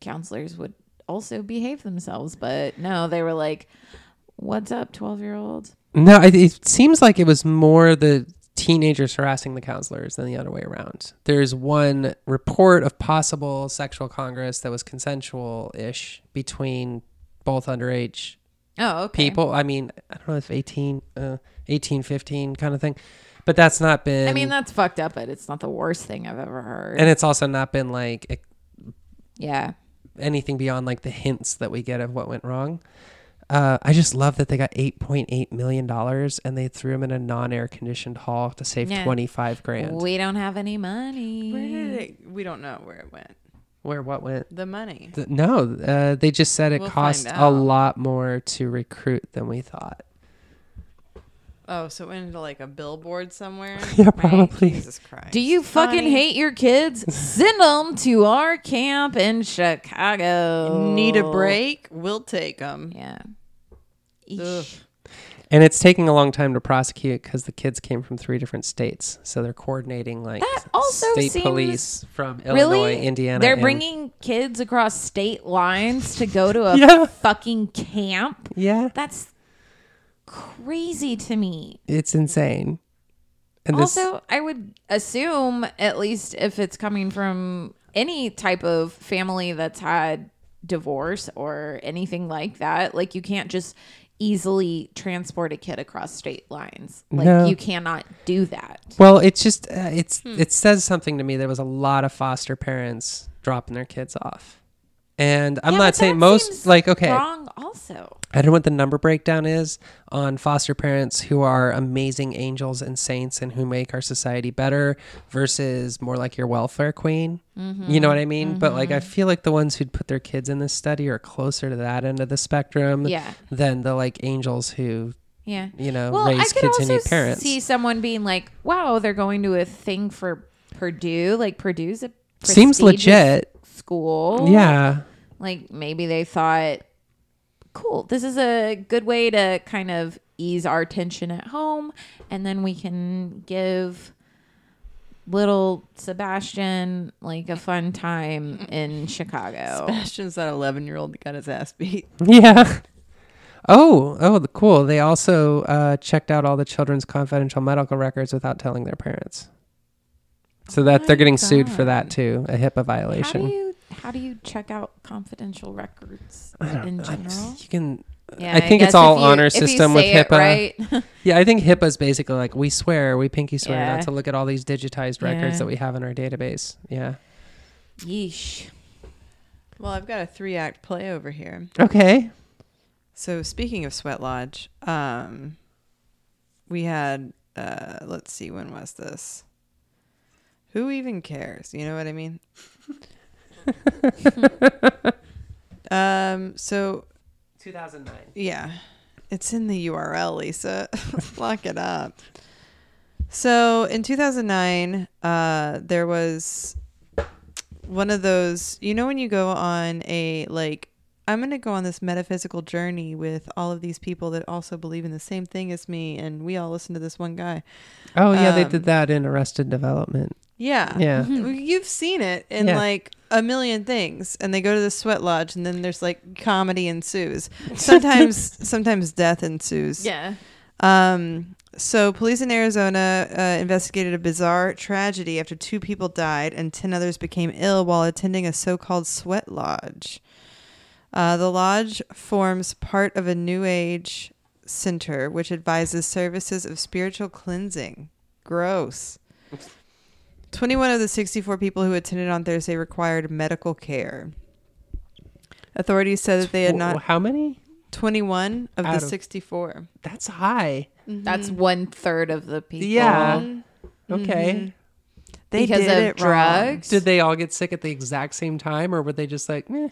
Speaker 2: counselors would also behave themselves, but no, they were like, "What's up, twelve-year-old?"
Speaker 4: No, it, it seems like it was more the teenagers harassing the counselors than the other way around. There's one report of possible sexual congress that was consensual ish between both underage
Speaker 2: Oh, okay.
Speaker 4: people. I mean, I don't know if 18, uh, 18, 15 kind of thing, but that's not been.
Speaker 2: I mean, that's fucked up, but it's not the worst thing I've ever heard.
Speaker 4: and it's also not been like a-
Speaker 2: yeah.
Speaker 4: anything beyond like the hints that we get of what went wrong. Uh, I just love that they got eight point eight million dollars and they threw him in a non-air conditioned hall to save
Speaker 2: Yeah.
Speaker 4: twenty five grand.
Speaker 2: We don't have any money.
Speaker 3: Where did it? We don't know where it went.
Speaker 4: Where what went?
Speaker 3: The money.
Speaker 4: Th- no, uh, they just said it
Speaker 3: We'll
Speaker 4: cost
Speaker 3: find
Speaker 4: a
Speaker 3: out.
Speaker 4: lot more to recruit than we thought.
Speaker 3: Oh, so it went into like a billboard somewhere.
Speaker 4: Yeah, probably.
Speaker 3: Jesus Christ.
Speaker 2: Do you fucking
Speaker 3: Funny.
Speaker 2: hate your kids? Send them to our camp in Chicago.
Speaker 3: need a break? Oh. We'll take them.
Speaker 2: Yeah.
Speaker 3: Ugh.
Speaker 2: Eesh.
Speaker 4: And it's taking a long time to prosecute because the kids came from three different states, so they're coordinating like
Speaker 2: That also
Speaker 4: state
Speaker 2: seems-
Speaker 4: police from
Speaker 2: Really?
Speaker 4: Illinois, Indiana.
Speaker 2: They're
Speaker 4: and-
Speaker 2: bringing kids across state lines to go to a
Speaker 4: Yeah.
Speaker 2: fucking camp.
Speaker 4: yeah,
Speaker 2: That's crazy to me.
Speaker 4: it's insane. And this,
Speaker 2: also, I would assume, at least if it's coming from any type of family that's had divorce or anything like that, like you can't just easily transport a kid across state lines. Like
Speaker 4: No.
Speaker 2: you cannot do that.
Speaker 4: Well, it's just uh, it's
Speaker 2: Hmm.
Speaker 4: it says something to me. There was a lot of foster parents dropping their kids off, and I'm
Speaker 2: Yeah,
Speaker 4: not
Speaker 2: but
Speaker 4: saying
Speaker 2: that
Speaker 4: most
Speaker 2: seems
Speaker 4: like okay.
Speaker 2: Wrong also.
Speaker 4: I don't know what the number breakdown is on foster parents who are amazing angels and saints and who make our society better versus more like your welfare queen.
Speaker 2: Mm-hmm.
Speaker 4: You know what I mean? But like, I feel like the ones who'd put their kids in this study are closer to that end of the spectrum
Speaker 2: Yeah.
Speaker 4: than the like angels who,
Speaker 2: Yeah.
Speaker 4: you know,
Speaker 2: Well, I
Speaker 4: raise
Speaker 2: could
Speaker 4: kids and
Speaker 2: also
Speaker 4: need parents.
Speaker 2: see someone being like, wow, they're going to a thing for Purdue. Like Purdue's a
Speaker 4: Seems
Speaker 2: prestigious
Speaker 4: legit.
Speaker 2: school.
Speaker 4: Yeah.
Speaker 2: Like maybe they thought, cool, this is a good way to kind of ease our tension at home. And then we can give little Sebastian like a fun time in Chicago.
Speaker 3: Sebastian's that 11 year old that got his ass beat.
Speaker 4: Yeah. Oh, oh, the- cool. They also uh, checked out all the children's confidential medical records without telling their parents. So that they're
Speaker 2: my
Speaker 4: getting sued for
Speaker 2: God.
Speaker 4: that too, a HIPAA
Speaker 2: How do
Speaker 4: violation.
Speaker 2: you how do you check out confidential records in general?
Speaker 4: You can,
Speaker 2: Yeah,
Speaker 4: I think
Speaker 2: guess
Speaker 4: it's all
Speaker 2: if you-
Speaker 4: honor
Speaker 2: if you
Speaker 4: system with
Speaker 2: say it
Speaker 4: HIPAA.
Speaker 2: right.
Speaker 4: Yeah, I think HIPAA is basically like we swear, we pinky swear
Speaker 2: Yeah.
Speaker 4: not to look at all these digitized records
Speaker 2: Yeah.
Speaker 4: that we have in our database. Yeah.
Speaker 2: Yeesh.
Speaker 3: Well, I've got a three act play over here.
Speaker 4: Okay.
Speaker 3: So speaking of Sweat Lodge, um, we had uh, let's see, when was this? Who even cares? You know what I mean? um, so
Speaker 4: 2009.
Speaker 3: yeah, it's in the URL, Lisa. Lock it up. So in 2009, uh, there was one of those, you know, when you go on a like, I'm going to go on this metaphysical journey with all of these people that also believe in the same thing as me, and we all listen to this one guy.
Speaker 4: Oh, yeah, they
Speaker 3: Um,
Speaker 4: did that in Arrested Development.
Speaker 3: Yeah. Mm-hmm.
Speaker 4: Yeah. Mm-hmm.
Speaker 3: You've seen it in
Speaker 4: Yeah.
Speaker 3: like a million things, and they go to the sweat lodge, and then there's like comedy ensues. Sometimes, sometimes death ensues.
Speaker 2: Yeah.
Speaker 3: Um, So, police in Arizona uh, investigated a bizarre tragedy after two people died and 10 others became ill while attending a so called sweat lodge. Uh, the lodge forms part of a New Age center which advises services of spiritual cleansing. Gross. 21 of the 64 people who attended on Thursday required medical care. Authorities said that they had
Speaker 4: Wh-
Speaker 3: not.
Speaker 4: How many?
Speaker 3: 21 of the
Speaker 4: Out of-
Speaker 3: 64.
Speaker 4: That's high.
Speaker 2: That's one third of the people.
Speaker 4: Yeah. Okay.
Speaker 2: Mm-hmm.
Speaker 3: They
Speaker 2: Because
Speaker 3: did
Speaker 2: of
Speaker 3: it wrong.
Speaker 2: drugs?
Speaker 4: Did they all get sick at the exact same time, or were they just like, eh?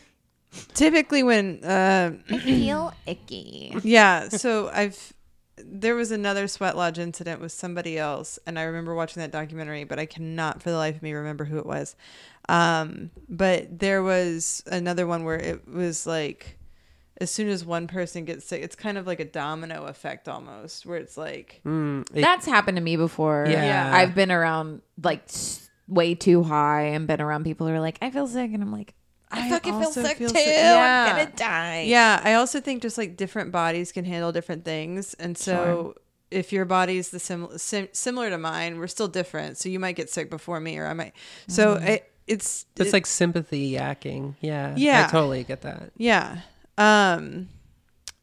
Speaker 3: Typically, when uh,
Speaker 2: Feel icky.
Speaker 3: yeah, so I've there was another sweat lodge incident with somebody else, and I remember watching that documentary, but I cannot for the life of me remember who it was. Um, but there was another one where it was like as soon as one person gets sick, it's kind of like a domino effect almost, where it's like
Speaker 4: mm, it-
Speaker 2: That's happened to me before.
Speaker 4: Yeah. Yeah.
Speaker 2: I've been around like s- way too high and been around people who are like, I feel sick. And I'm like, I,
Speaker 3: I
Speaker 2: fucking feel
Speaker 3: also
Speaker 2: sick
Speaker 3: feel
Speaker 2: too.
Speaker 3: sick. Yeah.
Speaker 2: I'm going to die.
Speaker 3: Yeah, I also think just like different bodies can handle different things, and so if your body's the sim- sim- similar to mine, we're still different. So you might get sick before me, or I might. So it, it's
Speaker 4: Mm-hmm. It's
Speaker 3: it-
Speaker 4: like sympathy yakking. Yeah.
Speaker 3: Yeah.
Speaker 4: I totally get that.
Speaker 3: yeah. Um,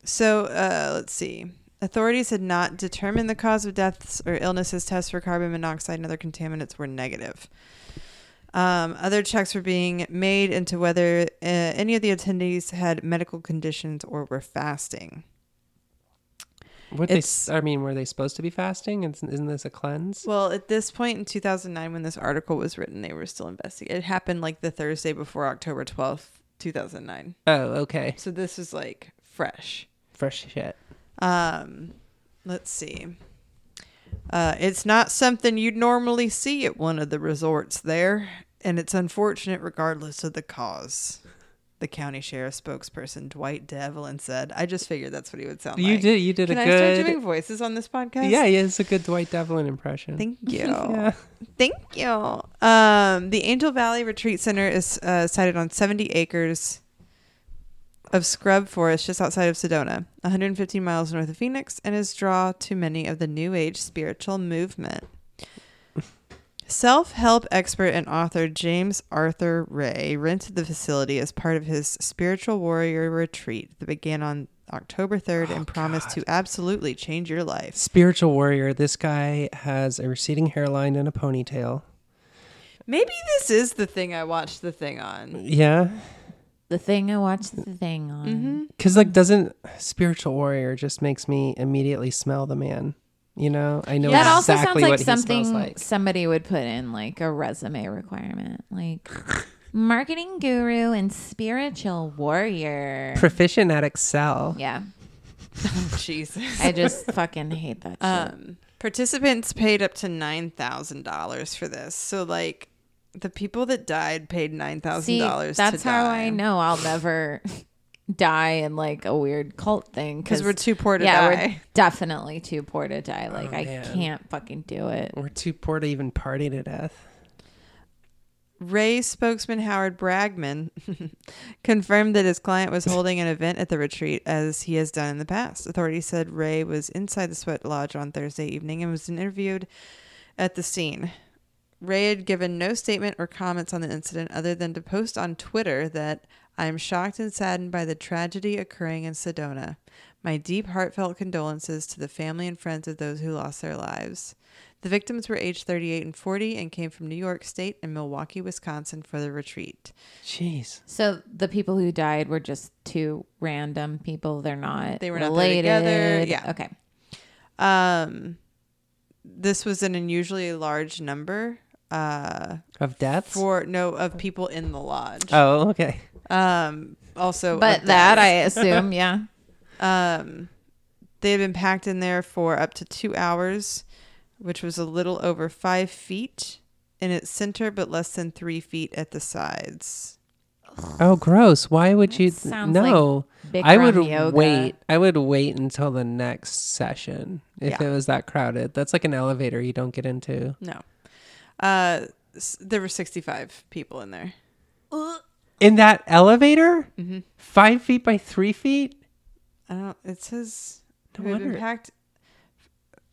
Speaker 3: so uh, let's see. Authorities had not determined the cause of deaths or illnesses. Tests for carbon monoxide and other contaminants were negative. Um, other checks were being made into whether uh, any of the attendees had medical conditions or were fasting.
Speaker 4: What they,
Speaker 3: It's-
Speaker 4: s- I mean, were they supposed to be fasting? Isn't isn't this a cleanse?
Speaker 3: Well, at this point in 2009, when this article was written, they were still investigating. It happened like the Thursday before October 12th, 2009.
Speaker 4: Oh, okay.
Speaker 3: So this is like fresh.
Speaker 4: Fresh shit.
Speaker 3: Um, let's see. Uh, it's not something you'd normally see at one of the resorts there, and it's unfortunate regardless of the cause. The county sheriff spokesperson Dwight Devlin said, "I just figured that's what he would sound
Speaker 4: You
Speaker 3: like."
Speaker 4: did. You did
Speaker 3: Can
Speaker 4: a
Speaker 3: I
Speaker 4: good.
Speaker 3: start doing voices on this podcast?
Speaker 4: yeah, yeah, it's a good Dwight Devlin impression.
Speaker 3: Thank you.
Speaker 4: Yeah.
Speaker 3: Thank you. Um, the Angel Valley Retreat Center is uh, sited on 70 acres of scrub forest just outside of Sedona, 115 miles north of Phoenix, and is draw to many of the New Age spiritual movement. Self help expert and author James Arthur Ray rented the facility as part of his spiritual warrior retreat that began on October 3rd and promised to absolutely change your life.
Speaker 4: Spiritual warrior. This guy has a receding hairline and a ponytail.
Speaker 3: Maybe this is the thing I watched the thing on.
Speaker 4: Yeah.
Speaker 2: The thing I watched the thing on.
Speaker 3: Mm-hmm.
Speaker 4: Cause like doesn't spiritual warrior just makes me immediately smell the man. You know, I know
Speaker 2: That also sounds
Speaker 4: exactly
Speaker 2: like
Speaker 4: what he
Speaker 2: something
Speaker 4: smells like.
Speaker 2: somebody would put in like a resume requirement. Like marketing guru and spiritual warrior.
Speaker 4: Proficient at Excel.
Speaker 2: yeah.
Speaker 3: Jesus.
Speaker 2: I just fucking hate that shit.
Speaker 3: Um, participants paid up to nine thousand dollars for this. So like, the people that died paid nine thousand
Speaker 2: See,
Speaker 3: dollars.
Speaker 2: that's
Speaker 3: to
Speaker 2: how
Speaker 3: die.
Speaker 2: I know I'll never die in like a weird cult thing
Speaker 3: 'Cause we're too poor to
Speaker 2: yeah,
Speaker 3: die. Oh,
Speaker 2: We're definitely too poor to die. Like I
Speaker 4: man.
Speaker 2: can't fucking do it.
Speaker 4: We're too poor to even party to death.
Speaker 3: Ray spokesman Howard Bragman confirmed that his client was holding an event at the retreat as he has done in the past. Authorities said Ray was inside the sweat lodge on Thursday evening and was interviewed at the scene. Ray had given no statement or comments on the incident other than to post on Twitter that I am shocked and saddened by the tragedy occurring in Sedona. My deep heartfelt condolences to the family and friends of those who lost their lives. The victims were aged 38 and 40 and came from New York State and Milwaukee, Wisconsin for the retreat.
Speaker 4: Jeez.
Speaker 2: So the people who died were just two random people. They're not.
Speaker 3: They were not there
Speaker 2: related.
Speaker 3: together. Yeah.
Speaker 2: Okay.
Speaker 3: Um, this was an unusually large number uh,
Speaker 4: Of deaths?
Speaker 3: for no of people in the lodge.
Speaker 4: Oh, okay.
Speaker 3: Um, also,
Speaker 2: But
Speaker 3: of
Speaker 2: that
Speaker 3: deaths.
Speaker 2: I assume, yeah.
Speaker 3: Um, they had been packed in there for up to two hours, which was a little over five feet in its center, but less than three feet at the sides.
Speaker 4: Oh, gross. Why would you?
Speaker 2: sounds
Speaker 4: No.
Speaker 2: like
Speaker 4: I would
Speaker 2: Bikram yoga.
Speaker 4: wait. I would wait until the next session if
Speaker 3: Yeah.
Speaker 4: it was that crowded. That's like an elevator you don't get into.
Speaker 3: No. Uh, s- there were 65 people in there.
Speaker 4: In that elevator?
Speaker 3: Mm-hmm.
Speaker 4: Five feet by three feet?
Speaker 3: I don't, it says
Speaker 4: No
Speaker 3: who had been
Speaker 4: wonder.
Speaker 3: packed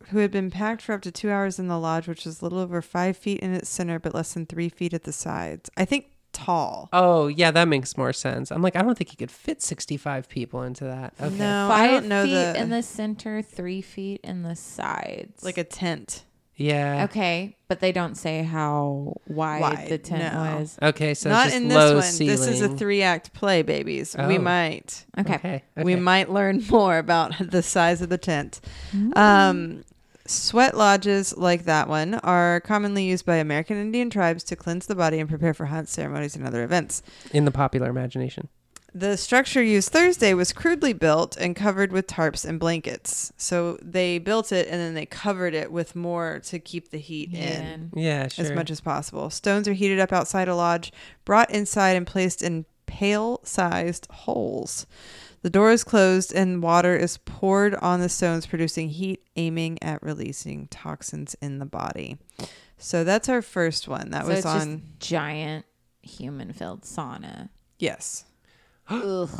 Speaker 3: who had been packed for up to two hours in the lodge, which was a little over five feet in its center, but less than three feet at the sides. I think tall.
Speaker 4: Oh, yeah, that makes more sense. I'm like, I don't think you could fit 65 people into that. Okay.
Speaker 3: No, I
Speaker 2: Five
Speaker 3: don't know
Speaker 2: feet
Speaker 3: the,
Speaker 2: in the center, three feet in the sides.
Speaker 3: like a tent.
Speaker 4: Yeah.
Speaker 2: okay, but they don't say how wide,
Speaker 3: Wide,
Speaker 2: the tent
Speaker 3: no.
Speaker 2: was.
Speaker 4: Okay, so
Speaker 3: Not
Speaker 4: it's just
Speaker 3: in
Speaker 4: low
Speaker 3: this one.
Speaker 4: Ceiling.
Speaker 3: This is a three act play, babies. We
Speaker 4: Oh.
Speaker 3: might.
Speaker 2: Okay.
Speaker 4: Okay.
Speaker 3: We
Speaker 4: okay.
Speaker 3: might learn more about the size of the tent.
Speaker 4: Mm.
Speaker 3: Um, sweat lodges like that one are commonly used by American Indian tribes to cleanse the body and prepare for hunt ceremonies and other events.
Speaker 4: in the popular imagination.
Speaker 3: The structure used Thursday was crudely built and covered with tarps and blankets. So they built it and then they covered it with more to keep the heat in
Speaker 2: And-
Speaker 4: Yeah, sure.
Speaker 3: as much as possible. Stones are heated up outside a lodge, brought inside, and placed in pail sized holes. The door is closed and water is poured on the stones, producing heat, aiming at releasing toxins in the body. So that's our first one. That
Speaker 2: so
Speaker 3: was
Speaker 2: it's
Speaker 3: on.
Speaker 2: just giant human filled sauna.
Speaker 3: yes.
Speaker 2: Ugh.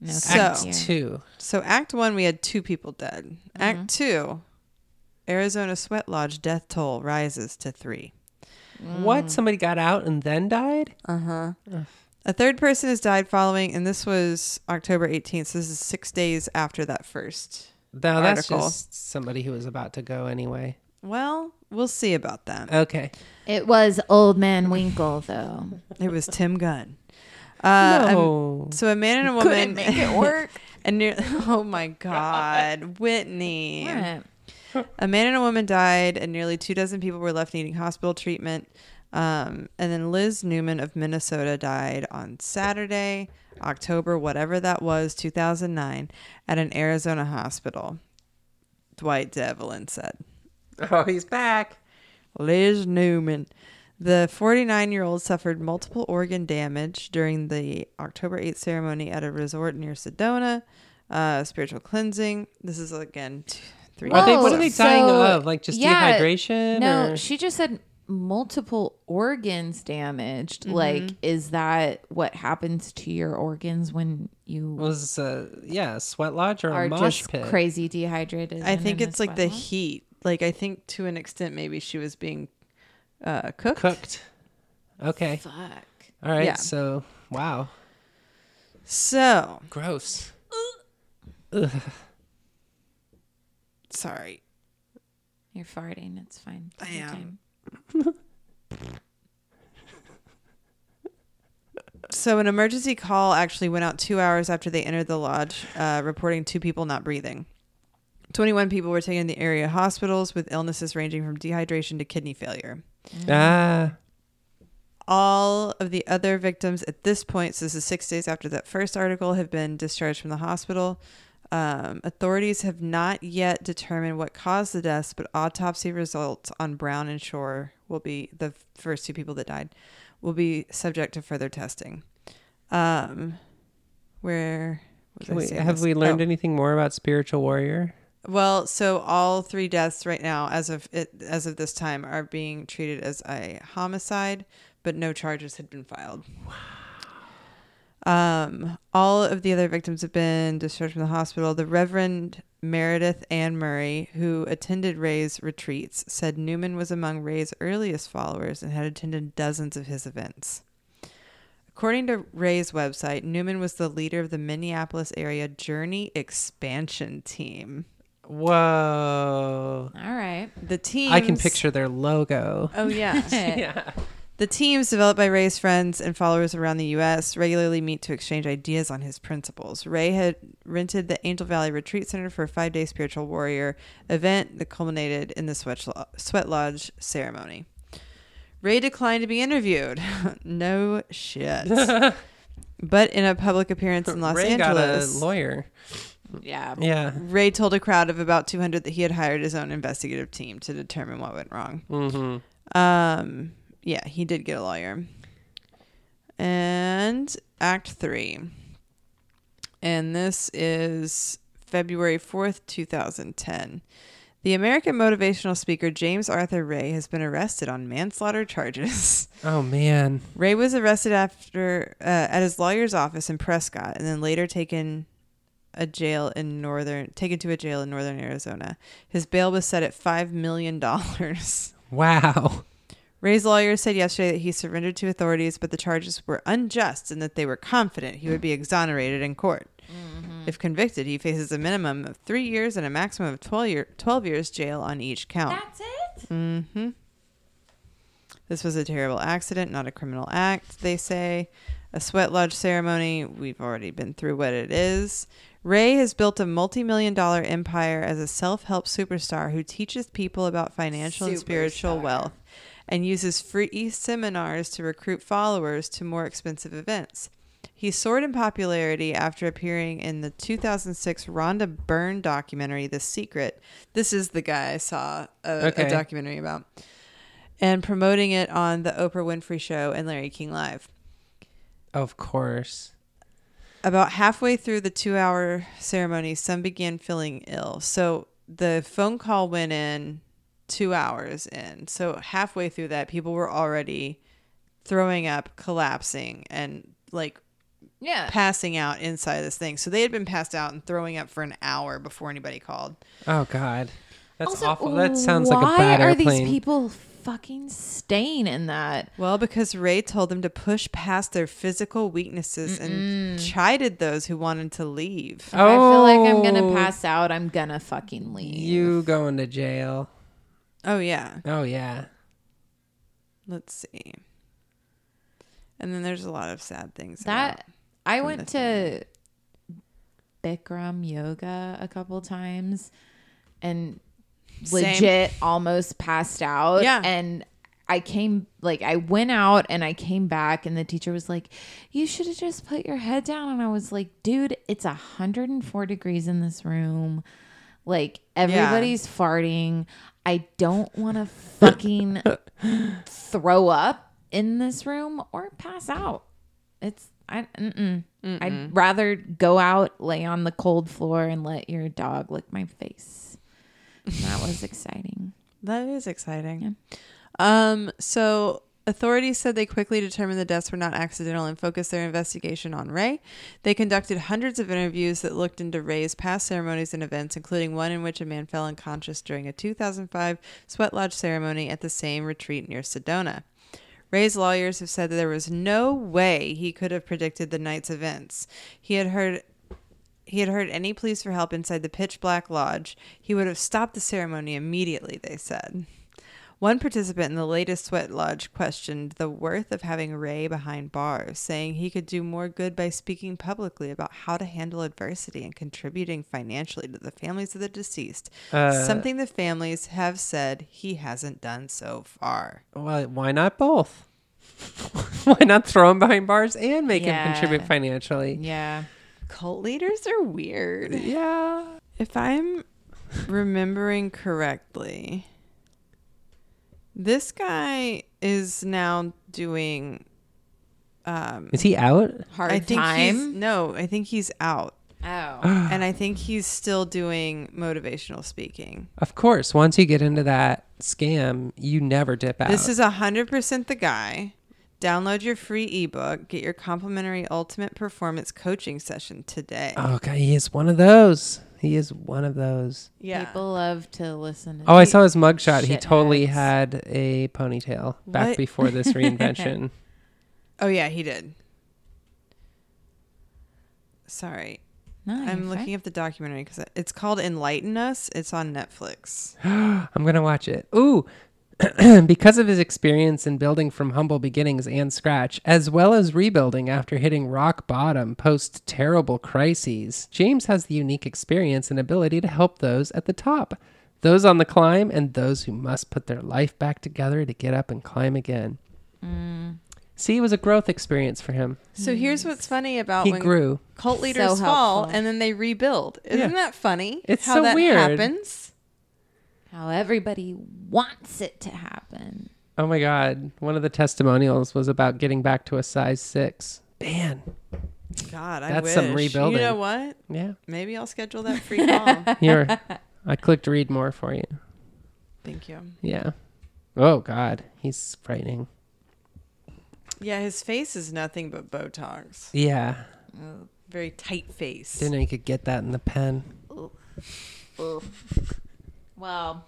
Speaker 2: No,
Speaker 3: So-
Speaker 2: thank you.
Speaker 4: Act two.
Speaker 3: So, Act One, we had two people dead.
Speaker 2: Mm-hmm.
Speaker 3: Act Two, Arizona Sweat Lodge death toll rises to three.
Speaker 4: What? Somebody got out and then died?
Speaker 3: A third person has died following, and this was October 18th. So this is six days after that first.
Speaker 4: No, that's
Speaker 3: Article.
Speaker 4: just somebody who was about to go anyway.
Speaker 3: Well, we'll see about that.
Speaker 4: Okay.
Speaker 2: It was Old Man Winkle, though.
Speaker 3: It was Tim Gunn. Uh, a-
Speaker 4: no.
Speaker 3: so a man and a woman
Speaker 2: work.
Speaker 3: and near, oh my god, Whitney.
Speaker 2: What?
Speaker 3: A man and a woman died, and nearly two dozen people were left needing hospital treatment. Um, and then Liz Newman of Minnesota died on Saturday, October, whatever that was, 2009, at an Arizona hospital. Dwight Devlin said.
Speaker 4: Oh, he's back.
Speaker 3: Liz Newman. The 49 year old suffered multiple organ damage during the October 8th ceremony at a resort near Sedona, uh, spiritual cleansing. This is again t- three.
Speaker 4: Are they, what
Speaker 2: Whoa,
Speaker 4: are they dying
Speaker 2: so-
Speaker 4: of? Like just
Speaker 2: yeah,
Speaker 4: dehydration?
Speaker 2: No,
Speaker 4: or-
Speaker 2: she just said multiple organs damaged.
Speaker 4: Mm-hmm.
Speaker 2: Like, is that what happens to your organs when you
Speaker 4: was uh, yeah, a sweat lodge or a
Speaker 2: are
Speaker 4: mosh
Speaker 2: just
Speaker 4: pit?
Speaker 2: crazy dehydrated?
Speaker 3: I
Speaker 2: and
Speaker 3: think
Speaker 2: in a
Speaker 3: it's like
Speaker 2: sweat
Speaker 3: the
Speaker 2: lodge?
Speaker 3: heat. Like, I think to an extent, maybe she was being uh, cooked.
Speaker 4: Cooked. Okay.
Speaker 2: Fuck.
Speaker 4: All right.
Speaker 3: Yeah.
Speaker 4: So wow,
Speaker 3: So,
Speaker 4: gross.
Speaker 3: sorry.
Speaker 2: You're farting. It's fine.
Speaker 3: I
Speaker 2: Take your
Speaker 3: am.
Speaker 2: time.
Speaker 3: So, an emergency call actually went out two hours after they entered the lodge, uh, reporting two people not breathing. 21 people were taken to the area hospitals with illnesses ranging from dehydration to kidney failure.
Speaker 4: Ah,
Speaker 3: All of the other victims at this point, so this is six days after that first article, have been discharged from the hospital. Um, authorities have not yet determined what caused the deaths, but autopsy results on Brown and Shore will be the first two people that died, will be subject to further testing. Um, where was
Speaker 4: Can
Speaker 3: I
Speaker 4: we-
Speaker 3: saying
Speaker 4: have
Speaker 3: this?
Speaker 4: we learned
Speaker 3: Oh.
Speaker 4: anything more about spiritual warrior?
Speaker 3: Well, so all three deaths right now, as of it, as of this time, are being treated as a homicide, but no charges had been filed. Um, all of the other victims have been discharged from the hospital. The Reverend Meredith Ann Murray, who attended Ray's retreats, said Newman was among Ray's earliest followers and had attended dozens of his events. According to Ray's website, Newman was the leader of the Minneapolis area Journey expansion team.
Speaker 4: Whoa.
Speaker 2: All right.
Speaker 3: The teams
Speaker 4: I can picture their logo.
Speaker 3: Oh yeah.
Speaker 2: yeah.
Speaker 3: the teams developed by Ray's friends and followers around the U.S. regularly meet to exchange ideas on his principles. Ray had rented the Angel Valley Retreat Center for a five-day spiritual warrior event that culminated in the sweat, lo- sweat lodge ceremony. Ray declined to be interviewed. no shit. but in a public appearance in Los
Speaker 4: Ray
Speaker 3: Angeles,
Speaker 4: got a lawyer.
Speaker 2: Yeah.
Speaker 4: Yeah.
Speaker 3: Ray told a crowd of about 200 that he had hired his own investigative team to determine what went wrong.
Speaker 4: Mm-hmm.
Speaker 3: Um, yeah, he did get a lawyer. And Act Three. And this is February 4th, 2010. The American motivational speaker James Arthur Ray has been arrested on manslaughter charges.
Speaker 4: Oh man.
Speaker 3: Ray was arrested after uh, at his lawyer's office in Prescott, and then later taken a jail in northern taken to a jail in northern Arizona. His bail was set at five million dollars.
Speaker 4: Wow.
Speaker 3: Ray's lawyer said yesterday that he surrendered to authorities, but the charges were unjust and that they were confident he would be exonerated in court.
Speaker 2: Mm-hmm.
Speaker 3: If convicted, he faces a minimum of three years and a maximum of 12, year, 12 years jail on each count.
Speaker 2: That's it.
Speaker 3: Mm-hmm. This was a terrible accident, not a criminal act, they say. A sweat lodge ceremony, we've already been through what it is. Ray has built a multi million dollar empire as a self help superstar who teaches people about financial and spiritual wealth and uses free seminars to recruit followers to more expensive events. He soared in popularity after appearing in the 2006 Rhonda Byrne documentary, The Secret. This is the guy I saw a,
Speaker 4: Okay.
Speaker 3: a documentary about, and promoting it on The Oprah Winfrey Show and Larry King Live.
Speaker 4: Of course.
Speaker 3: About halfway through the two hour ceremony, some began feeling ill. So the phone call went in two hours in. So halfway through that, people were already throwing up, collapsing, and like
Speaker 2: Yeah.
Speaker 3: passing out inside this thing. So they had been passed out and throwing up for an hour before anybody called.
Speaker 4: Oh God. That's
Speaker 2: Also,
Speaker 4: awful. That sounds like a
Speaker 2: why
Speaker 4: bad
Speaker 2: are these
Speaker 4: airplane.
Speaker 2: people fucking staying in that?
Speaker 3: Well, because Ray told them to push past their physical weaknesses and chided those who wanted to leave.
Speaker 2: If I feel like I'm
Speaker 4: Oh.
Speaker 2: gonna pass out. I'm gonna fucking leave.
Speaker 4: you going to jail?
Speaker 3: Oh, yeah.
Speaker 4: Oh yeah.
Speaker 3: Let's see. And then there's a lot of sad things. about-
Speaker 2: That I went to Bikram yoga a couple times and
Speaker 3: Same.
Speaker 2: legit almost passed out.
Speaker 3: Yeah.
Speaker 2: And I came like I went out and I came back and the teacher was like, You should have just put your head down. And I was like, dude, it's 104 degrees in this room. Like everybody's farting. I don't want to fucking throw up in this room or pass out. It's I mm-mm. I'd rather go out, lay on the cold floor, and let your dog lick my face. And that was exciting.
Speaker 3: that is exciting. Um, so authorities said they quickly determined the deaths were not accidental and focused their investigation on Ray. They conducted hundreds of interviews that looked into Ray's past ceremonies and events, including one in which a man fell unconscious during a 2005 sweat lodge ceremony at the same retreat near Sedona. Ray's lawyers have said that there was no way he could have predicted the night's events. He had heard he had heard any pleas for help inside the pitch black lodge, he would have stopped the ceremony immediately, they said. One participant in the latest sweat lodge questioned the worth of having Ray behind bars, saying he could do more good by speaking publicly about how to handle adversity and contributing financially to the families of the deceased,
Speaker 4: Uh,
Speaker 3: something the families have said he hasn't done so far.
Speaker 4: Well, why not both? why not throw him behind bars and make him
Speaker 2: Yeah.
Speaker 4: contribute financially?
Speaker 2: Yeah.
Speaker 3: Cult leaders are weird.
Speaker 4: Yeah.
Speaker 3: If I'm remembering correctly, this guy is now doing. Um,
Speaker 4: Is he out?
Speaker 2: Hard
Speaker 3: I think he's
Speaker 2: time.
Speaker 3: no. I think he's out,
Speaker 2: Oh.
Speaker 3: and I think he's still doing motivational speaking.
Speaker 4: Of course. Once you get into that scam, you never dip out.
Speaker 3: This is hundred percent the guy. Download your free ebook. Get your complimentary ultimate performance coaching session today.
Speaker 4: Oh god, he is one of those. He is one of those.
Speaker 3: yeah.
Speaker 2: People love to listen to
Speaker 4: Oh, I saw his mugshot. He
Speaker 2: Shitheads.
Speaker 4: totally had a ponytail back
Speaker 3: What?
Speaker 4: before this reinvention.
Speaker 3: oh yeah, he did. Sorry.
Speaker 2: No, you're
Speaker 3: I'm
Speaker 2: fine.
Speaker 3: looking up the documentary because it's called Enlighten Us. It's on Netflix.
Speaker 4: I'm gonna watch it. Ooh, because of his experience in building from humble beginnings and scratch, as well as rebuilding after hitting rock bottom post terrible crises, James has the unique experience and ability to help those at the top, those on the climb, and those who must put their life back together to get up and climb again.
Speaker 3: Mm.
Speaker 4: See, it was a growth experience for him.
Speaker 3: So here's what's funny about
Speaker 4: He
Speaker 3: Oh, when
Speaker 4: grew.
Speaker 3: cult
Speaker 2: So
Speaker 3: leaders fall
Speaker 2: helpful.
Speaker 3: and then they rebuild. Isn't
Speaker 4: Yeah.
Speaker 3: that funny?
Speaker 4: It's so weird.
Speaker 3: happens.
Speaker 2: how everybody wants it to happen.
Speaker 4: Oh my God. One of the testimonials was about getting back to a size six. Man.
Speaker 3: God, I
Speaker 4: That's
Speaker 3: wish.
Speaker 4: some rebuilding.
Speaker 3: You know what?
Speaker 4: Yeah.
Speaker 3: Maybe I'll schedule that free call.
Speaker 4: Here. I clicked read more for you.
Speaker 3: Thank you.
Speaker 4: Yeah. Oh God, he's frightening.
Speaker 3: Yeah, his face is nothing but Botox.
Speaker 4: Yeah.
Speaker 3: very tight face.
Speaker 4: Didn't know you could get that in the pen.
Speaker 2: Well,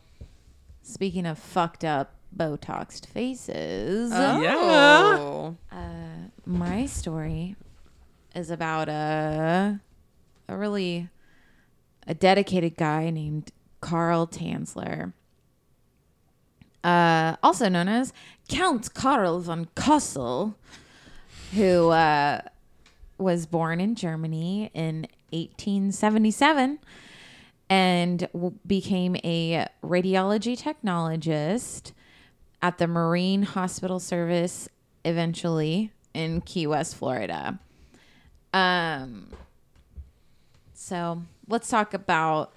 Speaker 2: speaking of fucked up Botoxed faces,
Speaker 4: Uh.
Speaker 3: Oh.
Speaker 2: uh, my story is about a a really a dedicated guy named Carl Tansler, uh, also known as Count Karl von Kossel, who uh, was born in Germany in 1877 and w- became a radiology technologist at the Marine Hospital Service eventually in Key West, Florida. Um, so let's talk about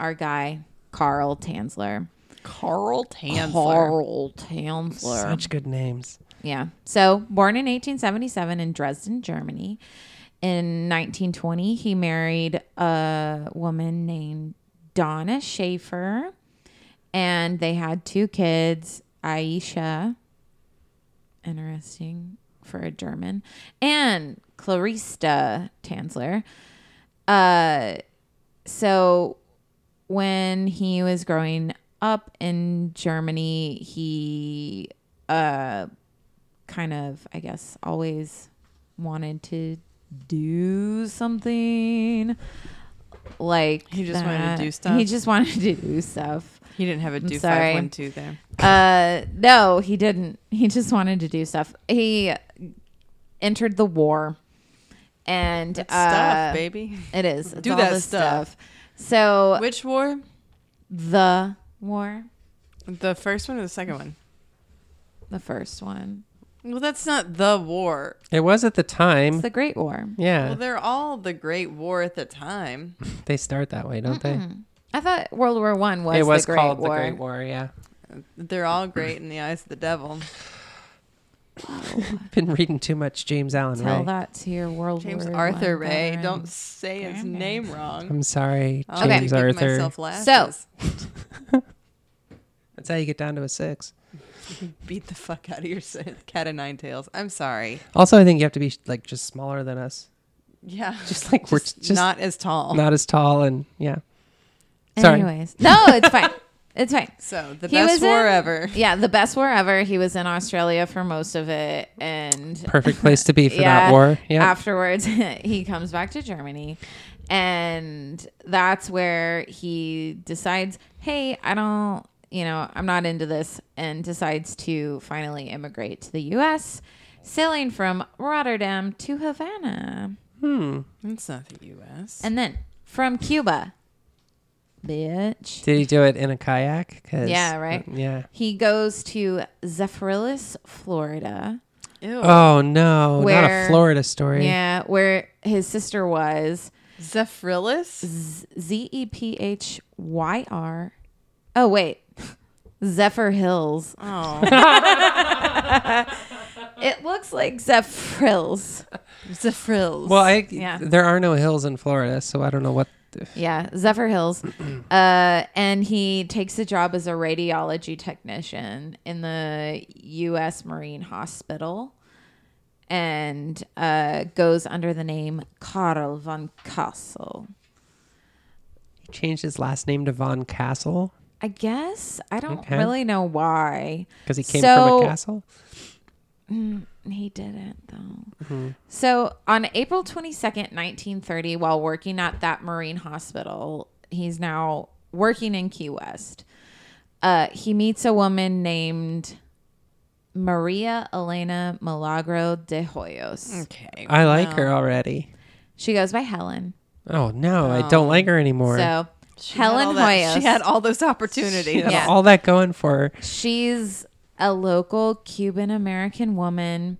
Speaker 2: our guy, Carl Tansler.
Speaker 3: Carl Tansler.
Speaker 2: Carl Tansler.
Speaker 4: Such good names.
Speaker 2: Yeah. So, born in 1877 in Dresden, Germany. In 1920, he married a woman named Donna Schaefer, and they had two kids, Aisha, interesting for a German, and Clarista Tansler. Uh, so when he was growing up in Germany, he uh kind of I guess always wanted to do something like
Speaker 3: He just wanted to
Speaker 2: that.
Speaker 3: do stuff?
Speaker 2: He just wanted to do stuff.
Speaker 3: He didn't have a do
Speaker 2: sorry.
Speaker 3: five one two there.
Speaker 2: Uh, no, he didn't. He just wanted to do stuff. He entered the war, and uh,
Speaker 3: stuff, baby.
Speaker 2: it is It's
Speaker 3: Do
Speaker 2: all
Speaker 3: that
Speaker 2: this
Speaker 3: stuff.
Speaker 2: So
Speaker 3: Which war?
Speaker 2: the war,
Speaker 3: The first one or the second one?
Speaker 2: the first one,
Speaker 3: Well, that's not the war.
Speaker 4: It was at the time.
Speaker 2: it's the Great War.
Speaker 4: yeah.
Speaker 3: Well, they're all the Great War at the time.
Speaker 4: they start that way, don't
Speaker 2: I thought World War One was
Speaker 4: they? It was
Speaker 2: the Great
Speaker 4: called
Speaker 2: War.
Speaker 4: the Great War, yeah.
Speaker 3: They're all great in the eyes of the devil.
Speaker 4: Been reading too much James Allen
Speaker 2: Tell
Speaker 4: Ray.
Speaker 2: that to your World
Speaker 3: James
Speaker 2: War
Speaker 3: Arthur
Speaker 2: One
Speaker 3: Ray.
Speaker 2: veteran.
Speaker 3: Don't say his
Speaker 2: Grandma.
Speaker 3: name wrong.
Speaker 4: I'm sorry,
Speaker 3: I'll
Speaker 4: James
Speaker 3: give
Speaker 4: Arthur.
Speaker 3: myself lashes.
Speaker 4: That's how you get down to a six.
Speaker 3: beat the fuck out of your s- cat of nine tails. I'm sorry.
Speaker 4: Also, I think you have to be like just smaller than us,
Speaker 3: Yeah,
Speaker 4: just like we're just
Speaker 3: not
Speaker 4: not,
Speaker 3: as
Speaker 2: Oh.
Speaker 3: tall.
Speaker 4: as tall and yeah. Sorry.
Speaker 2: Anyways, no, it's fine. It's fine.
Speaker 3: so the
Speaker 2: He
Speaker 3: best
Speaker 2: was
Speaker 3: war
Speaker 2: in-
Speaker 3: ever.
Speaker 2: Yeah, the best war ever. He was in Australia for most of it, and
Speaker 4: Perfect place to be for that war. Yeah.
Speaker 2: Afterwards, he comes back to Germany, and that's where he decides, "Hey, I don't, you know, I'm not into this," and decides to finally immigrate to the U.S., sailing from Rotterdam to Havana,
Speaker 3: It's not the U.S.
Speaker 2: and then from Cuba, bitch.
Speaker 4: Did he do it in a kayak? 'Cause- mm,
Speaker 2: Yeah, right.
Speaker 4: Yeah.
Speaker 2: He goes to Zephyrhills, Florida.
Speaker 3: Ew.
Speaker 4: Oh no, not a
Speaker 2: Where-
Speaker 4: Florida story.
Speaker 2: Yeah, where his sister was.
Speaker 3: Zephyrillis?
Speaker 2: Z E P H Y R. Oh, wait. Zephyr Hills.
Speaker 3: Oh,
Speaker 2: It looks like Zephyr Hills.
Speaker 3: Zephyrills.
Speaker 4: Well, I
Speaker 2: Yeah.
Speaker 4: there are no hills in Florida, so I don't know what.
Speaker 2: Yeah, Zephyr Hills. uh, and he takes a job as a radiology technician in the U.S. Marine Hospital and uh, goes under the name Karl von Kassel.
Speaker 4: He changed his last name to Von Castle
Speaker 2: I guess. I don't
Speaker 4: Okay.
Speaker 2: really know why.
Speaker 4: because he came
Speaker 2: So-
Speaker 4: from a castle.
Speaker 2: He didn't though. So on April twenty second, nineteen thirty, while working at that Marine hospital, he's now working in Key West. Uh, he meets a woman named Maria Elena Milagro de Hoyos.
Speaker 3: okay.
Speaker 4: I like
Speaker 3: wow.
Speaker 4: her already.
Speaker 2: She goes by Helen.
Speaker 4: Oh no, I don't like her anymore.
Speaker 2: So
Speaker 3: She had all
Speaker 2: Helen
Speaker 3: that-
Speaker 2: Hoyos.
Speaker 3: She had all those opportunities.
Speaker 4: Had
Speaker 2: Yeah.
Speaker 4: all that going for her.
Speaker 2: She's a local Cuban American woman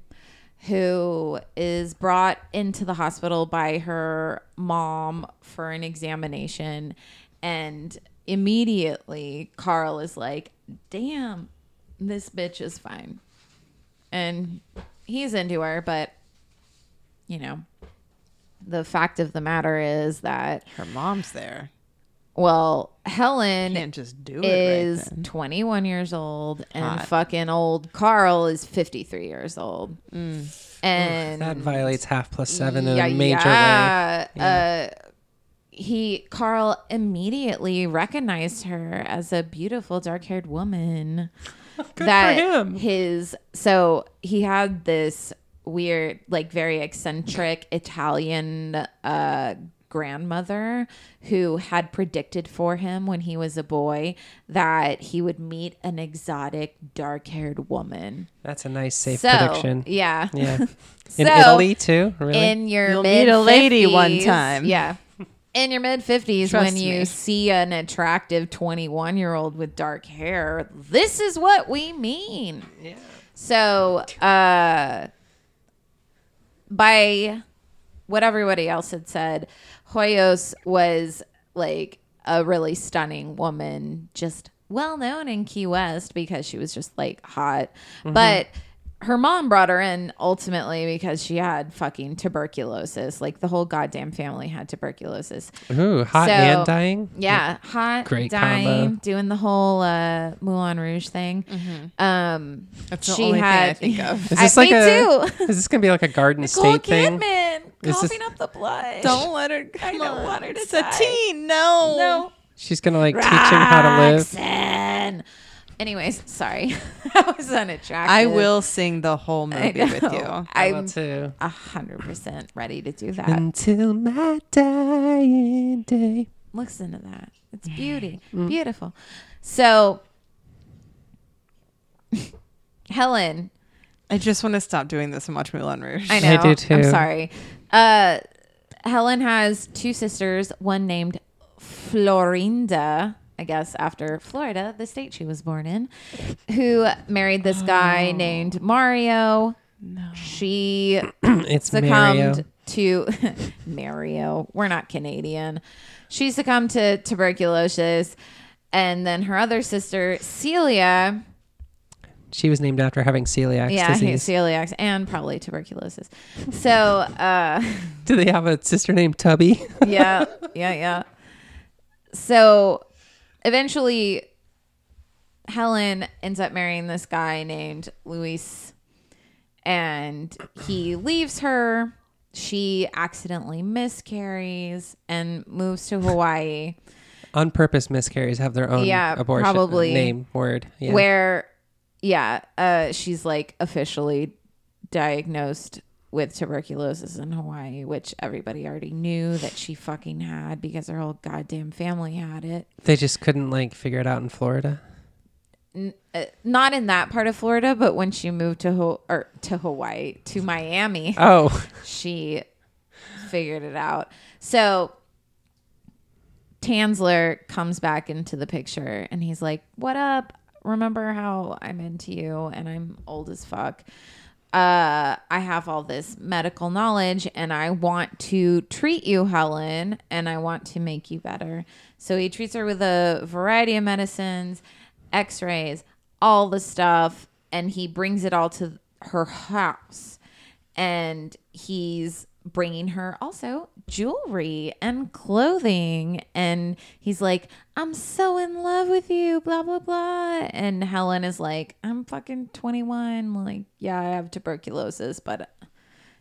Speaker 2: who is brought into the hospital by her mom for an examination. And immediately, Carl is like, damn, this bitch is fine. And he's into her, but, you know, the fact of the matter is that,
Speaker 3: Her mom's there.
Speaker 2: well, Helen
Speaker 3: Can't just do it.
Speaker 2: is
Speaker 3: right then.
Speaker 2: 21 years old and
Speaker 3: Hot. Mm.
Speaker 2: fucking old Carl is 53 years old. and
Speaker 4: That violates half plus seven in
Speaker 2: yeah,
Speaker 4: a major way.
Speaker 2: yeah, Uh, he Carl immediately recognized her as a beautiful dark-haired woman.
Speaker 4: Good
Speaker 2: that
Speaker 4: for him.
Speaker 2: his so he had this weird, like very eccentric Italian uh, grandmother who had predicted for him when he was a boy that he would meet an exotic dark-haired woman.
Speaker 4: That's a nice safe
Speaker 2: so
Speaker 4: prediction.
Speaker 2: yeah,
Speaker 4: Yeah. In
Speaker 2: So-
Speaker 4: Italy too, really?
Speaker 2: in your
Speaker 3: You'll
Speaker 2: mid
Speaker 3: meet a lady one time.
Speaker 2: Yeah. In your mid 50s,
Speaker 3: Trust
Speaker 2: when you
Speaker 3: me.
Speaker 2: see an attractive 21 year old with dark hair, this is what we mean. Yeah. So, uh, by what everybody else had said, Hoyos was like a really stunning woman, just well known in Key West because she was just like hot.
Speaker 4: Mm-hmm.
Speaker 2: But her mom brought her in ultimately because she had fucking tuberculosis. Like the whole goddamn family had tuberculosis.
Speaker 4: Ooh, hot
Speaker 2: So-
Speaker 4: and dying?
Speaker 2: Yeah, hot,
Speaker 4: Great
Speaker 2: dying,
Speaker 4: combo.
Speaker 2: doing the whole uh, Moulin Rouge thing.
Speaker 4: Mm-hmm.
Speaker 2: Um,
Speaker 3: That's the
Speaker 2: she
Speaker 3: only
Speaker 2: had.
Speaker 3: thing I think of.
Speaker 4: Is this
Speaker 2: I-
Speaker 4: like
Speaker 2: me
Speaker 4: a
Speaker 2: too.
Speaker 4: Is this gonna be like a garden
Speaker 2: Nicole
Speaker 4: state thing?
Speaker 2: Kidman
Speaker 4: Is this-
Speaker 2: coughing up the blood.
Speaker 3: Don't let her. Come I
Speaker 2: don't want her to
Speaker 3: It's
Speaker 2: die.
Speaker 3: a teen. No.
Speaker 2: no.
Speaker 4: She's gonna like teach him how to live.
Speaker 2: Roxanne. Anyways, sorry. that was unattractive.
Speaker 3: I will sing the whole
Speaker 2: I
Speaker 3: movie
Speaker 2: know.
Speaker 3: with you.
Speaker 4: I
Speaker 2: I'm
Speaker 4: will too.
Speaker 2: a hundred percent ready to do that.
Speaker 3: Mm-hmm.
Speaker 4: Until my dying day.
Speaker 2: Listen to that. It's beauty.
Speaker 3: Mm-hmm.
Speaker 2: Beautiful. So Helen,
Speaker 3: I just want to stop doing this and watch Moulin Rouge.
Speaker 2: I know.
Speaker 4: I do too.
Speaker 2: am sorry. Uh Helen has two sisters, one named Florinda, I guess after Florida, the state she was born in, who married this guy
Speaker 4: Oh.
Speaker 2: named Mario. She
Speaker 4: it's Mario.
Speaker 2: succumbed to Mario. We're not Canadian. She succumbed to tuberculosis. And then her other sister, Celia,
Speaker 4: She was named after having celiac
Speaker 2: yeah, I hate
Speaker 4: disease.
Speaker 2: celiac and probably tuberculosis. So, uh,
Speaker 4: Do they have a sister named Tubby?
Speaker 2: yeah, yeah, yeah. So eventually, Helen ends up marrying this guy named Luis, and he leaves her. She accidentally miscarries and moves to Hawaii,
Speaker 4: On purpose, miscarries have their own
Speaker 2: Yeah,
Speaker 4: abortion
Speaker 2: probably.
Speaker 4: name word. Yeah.
Speaker 2: where, yeah, uh, she's like officially diagnosed with tuberculosis in Hawaii, which everybody already knew that she fucking had because her whole goddamn family had it.
Speaker 4: they just couldn't like figure it out in Florida.
Speaker 2: uh, not in that part of Florida, but when she moved to Ho- or to Hawaii to Miami,
Speaker 4: Oh,
Speaker 2: she figured it out. So Tansler comes back into the picture and he's like, "What up? Remember how I'm into you and I'm old as fuck. Uh, I have all this medical knowledge and I want to treat you, Helen, and I want to make you better." So he treats her with a variety of medicines, x-rays, all the stuff, and he brings it all to her house and he's bringing her also jewelry and clothing and he's like i'm so in love with you blah blah blah and helen is like i'm fucking 21 like yeah i have tuberculosis but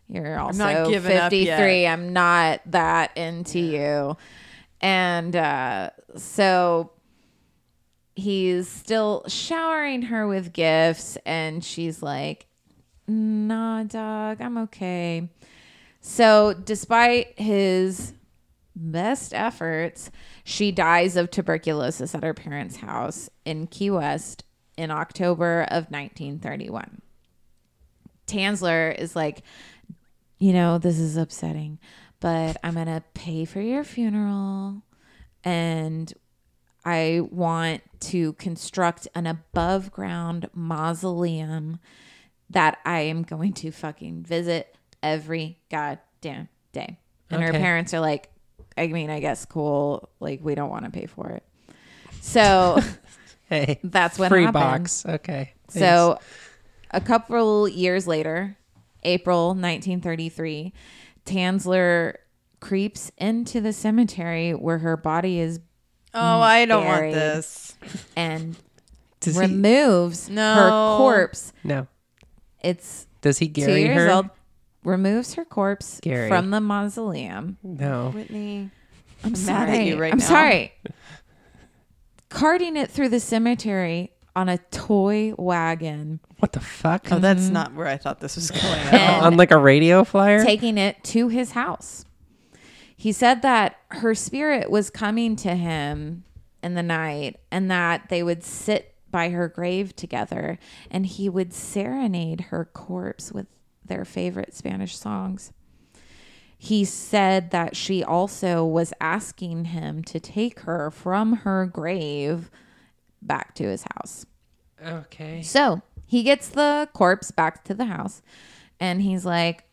Speaker 2: you're also
Speaker 3: not giving up
Speaker 2: 53 i'm not that into you and uh so he's still showering her with gifts and she's like nah dog i'm okay so despite his best efforts she dies of tuberculosis at her parents house in key west in october of 1931 tansler is like you know this is upsetting but i'm gonna pay for your funeral and I want to construct an above ground mausoleum that I am going to fucking visit every goddamn day. And her
Speaker 4: Okay.
Speaker 2: parents are like, I mean, I guess cool. Like, we don't want to pay for it. So
Speaker 4: hey,
Speaker 2: that's what
Speaker 4: free
Speaker 2: happened.
Speaker 4: box. Okay. Thanks.
Speaker 2: So, a couple years later, April 1933, Tansler creeps into the cemetery where her body is
Speaker 3: Oh, I don't
Speaker 2: Buried.
Speaker 3: want this.
Speaker 2: and
Speaker 4: does he?
Speaker 2: removes
Speaker 3: No.
Speaker 2: her corpse.
Speaker 4: No.
Speaker 2: It's
Speaker 4: Does he
Speaker 2: two
Speaker 4: Gary
Speaker 2: years
Speaker 4: her?
Speaker 2: old. removes her corpse
Speaker 4: Scary.
Speaker 2: from the mausoleum.
Speaker 4: No.
Speaker 3: Whitney.
Speaker 2: I'm,
Speaker 3: mad
Speaker 2: sorry.
Speaker 3: at you right
Speaker 2: I'm
Speaker 3: now.
Speaker 2: sorry. Carting it through the cemetery on a toy wagon,
Speaker 4: What the fuck?
Speaker 3: Oh, that's not where I thought this was going at
Speaker 2: And-
Speaker 3: all.
Speaker 4: On like a radio flyer?
Speaker 2: taking it to his house. He said that her spirit was coming to him in the night and that they would sit by her grave together and he would serenade her corpse with their favorite Spanish songs. he said that she also was asking him to take her from her grave back to his house.
Speaker 4: okay.
Speaker 2: So he gets the corpse back to the house and he's like,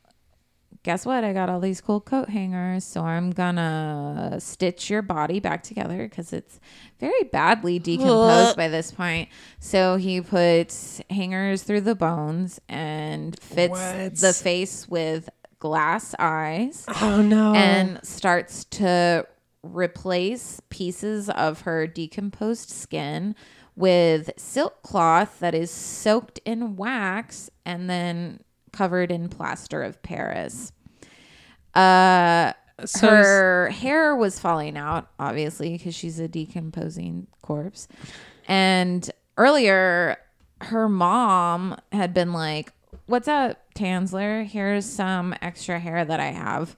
Speaker 2: Guess what? I got all these cool coat hangers, so I'm gonna stitch your body back together because it's very badly decomposed by this point. So he puts hangers through the bones and fits
Speaker 4: What?
Speaker 2: the face with glass eyes
Speaker 4: Oh no.
Speaker 2: and starts to replace pieces of her decomposed skin with silk cloth that is soaked in wax and then covered in plaster of Paris. Uh,
Speaker 4: So is-
Speaker 2: her hair was falling out, obviously, because she's a decomposing corpse. And earlier, her mom had been like, What's up, Tansler? Here's some extra hair that I have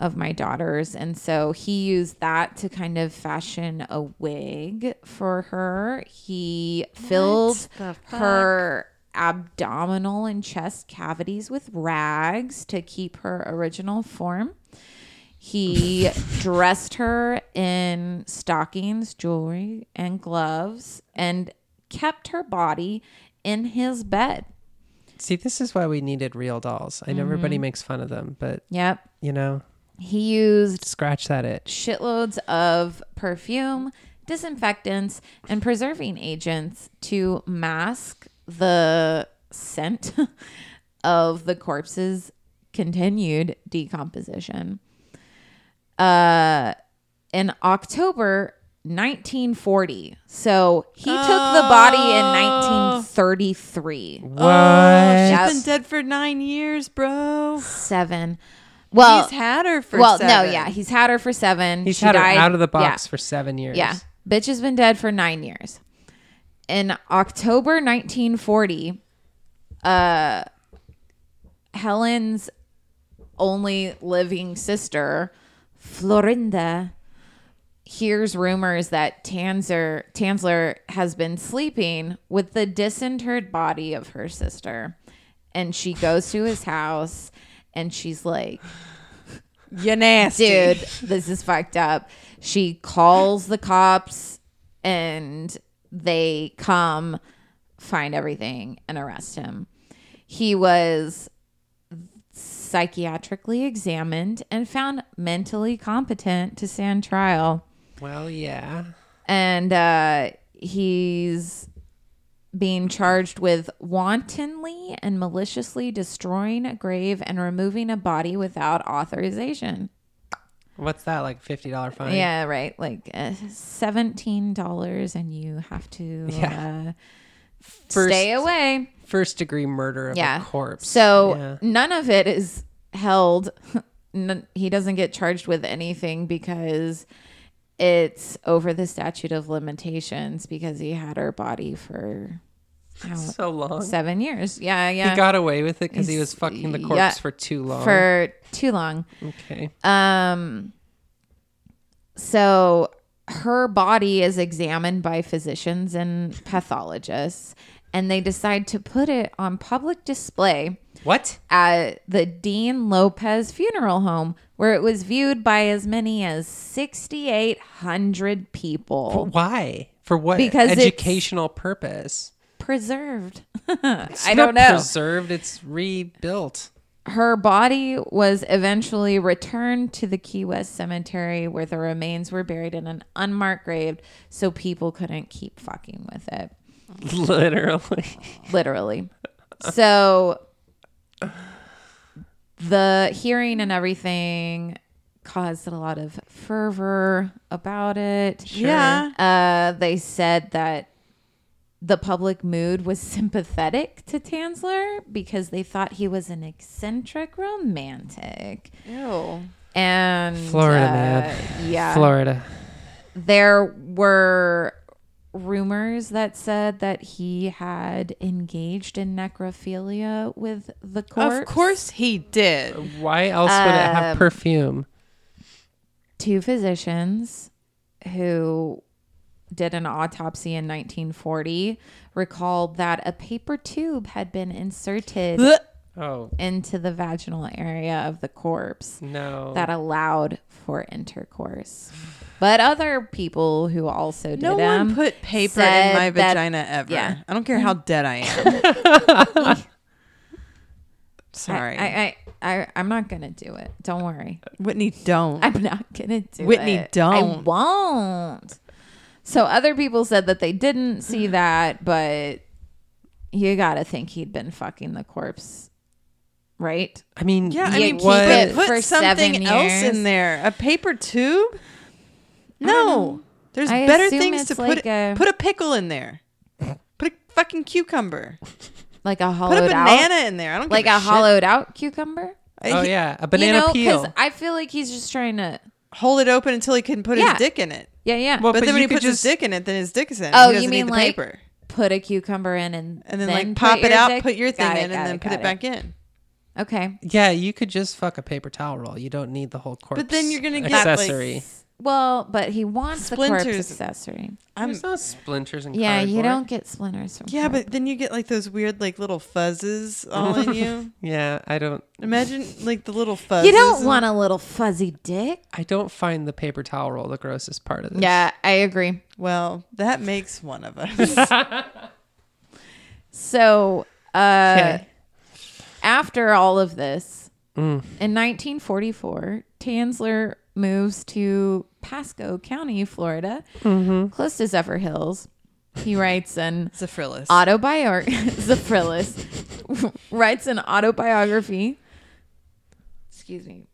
Speaker 2: of my daughters. And so he used that to kind of fashion a wig for her. He filled
Speaker 3: the
Speaker 2: her abdominal and chest cavities with rags to keep her original form. He dressed her in stockings, jewelry, and gloves and kept her body in his bed.
Speaker 4: See, this is why we needed real dolls. I know everybody makes fun of them, but
Speaker 2: Yep.
Speaker 4: you know,
Speaker 2: He used
Speaker 4: scratch that itch.
Speaker 2: shitloads of perfume, disinfectants, and preserving agents to mask the scent of the corpse's continued decomposition. Uh, in October 1940. So he took the body in 1933.
Speaker 4: Ah. What?
Speaker 3: She's
Speaker 2: Yep.
Speaker 3: been dead for nine years, bro.
Speaker 2: Seven. Well,
Speaker 3: He's had her for
Speaker 2: Oh. well,
Speaker 3: seven.
Speaker 2: no, yeah, he's had her for seven.
Speaker 4: He's
Speaker 2: She
Speaker 4: had her
Speaker 2: died-
Speaker 4: out of the
Speaker 2: yeah.
Speaker 4: box for seven years.
Speaker 2: Yeah. Bitch has been dead for nine years. In October 1940, uh, Helen's only living sister, Florinda, hears rumors that Tanzer, Tansler has been sleeping with the disinterred body of her sister. And she goes to his house and she's like,
Speaker 3: You nasty.
Speaker 2: dude, this is fucked up. She calls the cops and they come, find everything, and arrest him. He was psychiatrically examined and found mentally competent to stand trial
Speaker 4: Well, yeah.
Speaker 2: and uh, he's being charged with wantonly and maliciously destroying a grave and removing a body without authorization.
Speaker 4: What's that like? Fifty dollar fine.
Speaker 2: Yeah, right. Like uh, seventeen dollars, and you have to
Speaker 4: Yeah.
Speaker 2: uh,
Speaker 4: First-
Speaker 2: stay away.
Speaker 4: First degree murder of
Speaker 2: Yeah,
Speaker 4: a corpse.
Speaker 2: So
Speaker 4: Yeah.
Speaker 2: none of it is held. None, he doesn't get charged with anything because it's over the statute of limitations because he had her body for how,
Speaker 4: so long.
Speaker 2: seven years. Yeah,
Speaker 4: He
Speaker 2: yeah,
Speaker 4: got away with it because he was
Speaker 2: He's-
Speaker 4: fucking the
Speaker 2: yeah.
Speaker 4: corpse for too long.
Speaker 2: for too long.
Speaker 4: okay.
Speaker 2: Um, so her body is examined by physicians and pathologists, and they decide to put it on public display
Speaker 4: What?
Speaker 2: at the Dean Lopez funeral home, where it was viewed by as many as 6,800 people.
Speaker 4: Why? For what
Speaker 2: Because it's-
Speaker 4: educational purpose?
Speaker 2: Preserved.
Speaker 4: It's
Speaker 2: I
Speaker 4: not
Speaker 2: don't know.
Speaker 4: Preserved. It's rebuilt.
Speaker 2: her body was eventually returned to the Key West cemetery where the remains were buried in an unmarked grave so people couldn't keep fucking with it,
Speaker 4: Literally.
Speaker 2: literally. so the hearing and everything caused a lot of fervor about it.
Speaker 3: Yeah.
Speaker 2: Uh, they said that the public mood was sympathetic to Tansler because they thought he was an eccentric romantic.
Speaker 3: Ew.
Speaker 2: And
Speaker 4: Florida,
Speaker 2: uh,
Speaker 4: man.
Speaker 2: Yeah.
Speaker 4: Florida.
Speaker 2: there were rumors that said that he had engaged in necrophilia with the corpse.
Speaker 3: Of course he did.
Speaker 4: Why else would it have
Speaker 2: Um,
Speaker 4: perfume?
Speaker 2: two physicians who did an autopsy in 1940 recalled that a paper tube had been inserted
Speaker 4: Oh
Speaker 2: into the vaginal area of the corpse
Speaker 4: no.
Speaker 2: that allowed for intercourse. But other people who also did
Speaker 3: No
Speaker 2: them
Speaker 3: one put paper in
Speaker 2: said
Speaker 3: my
Speaker 2: that-
Speaker 3: vagina ever.
Speaker 2: yeah.
Speaker 3: I don't care how dead I am. Sorry.
Speaker 2: I, I, I, I'm not gonna do it. Don't worry.
Speaker 3: Whitney, don't.
Speaker 2: I'm not gonna do
Speaker 3: Whitney,
Speaker 2: it. I
Speaker 3: don't.
Speaker 2: won't. So other people said that they didn't see that, but you gotta think he'd been fucking the corpse, right?
Speaker 4: I mean,
Speaker 3: yeah, I
Speaker 2: you
Speaker 3: mean,
Speaker 2: keep
Speaker 4: what?
Speaker 2: it
Speaker 3: put,
Speaker 2: for
Speaker 3: put something
Speaker 2: seven
Speaker 3: else
Speaker 2: years.
Speaker 3: in there. A paper tube? No. There's
Speaker 2: I
Speaker 3: better
Speaker 2: assume
Speaker 3: things
Speaker 2: it's
Speaker 3: to
Speaker 2: like
Speaker 3: put.
Speaker 2: a-
Speaker 3: put a pickle in there. Put a fucking cucumber.
Speaker 2: Like a
Speaker 3: Put a
Speaker 2: hollowed
Speaker 3: banana
Speaker 2: out,
Speaker 3: in there. I don't
Speaker 2: like
Speaker 3: give
Speaker 2: a
Speaker 3: a shit.
Speaker 2: hollowed out cucumber.
Speaker 4: Oh
Speaker 3: He-
Speaker 4: yeah, a banana
Speaker 2: Uh, you know,
Speaker 4: peel.
Speaker 2: I feel like he's just trying to.
Speaker 3: Hold it open until he can put
Speaker 2: Yeah.
Speaker 3: his dick in it.
Speaker 2: Yeah, yeah.
Speaker 4: Well,
Speaker 3: But,
Speaker 4: But
Speaker 3: then when he
Speaker 4: you could
Speaker 3: puts his
Speaker 4: just-
Speaker 3: dick in it, then his dick is in. it.
Speaker 2: Oh,
Speaker 3: He
Speaker 2: you
Speaker 3: doesn't need
Speaker 2: mean
Speaker 3: the
Speaker 2: like-
Speaker 3: paper.
Speaker 2: put a cucumber in and
Speaker 3: and then, like
Speaker 2: put
Speaker 3: pop it
Speaker 2: your
Speaker 3: out,
Speaker 2: dick-
Speaker 3: put your thing
Speaker 2: Got it,
Speaker 3: in,
Speaker 2: got
Speaker 3: and then put
Speaker 2: got
Speaker 3: it back in.
Speaker 2: Okay.
Speaker 4: yeah, you could just fuck a paper towel roll. You don't need the whole corpse.
Speaker 3: But then you're gonna get, like-
Speaker 4: accessory.
Speaker 2: Well, but he wants the corpse
Speaker 3: Splinters. Oh,
Speaker 2: accessory.
Speaker 3: I'm
Speaker 4: There's no splinters and
Speaker 2: Yeah, you
Speaker 4: cardboard.
Speaker 2: don't get splinters from.
Speaker 3: yeah, but then you get like those weird like little fuzzes all in you.
Speaker 4: Yeah, I don't.
Speaker 3: Imagine like the little fuzzes.
Speaker 2: You don't want a little fuzzy dick.
Speaker 4: I don't find the paper towel roll the grossest part of this.
Speaker 2: Yeah, I agree.
Speaker 3: Well, that makes one of us.
Speaker 2: So, uh,
Speaker 4: Okay.
Speaker 2: after all of this, in 1944, Tansler moves to Pasco County, Florida, close to Zephyr Hills. He writes an
Speaker 3: Zephyrillus.
Speaker 2: autobiography. writes an autobiography. Excuse me.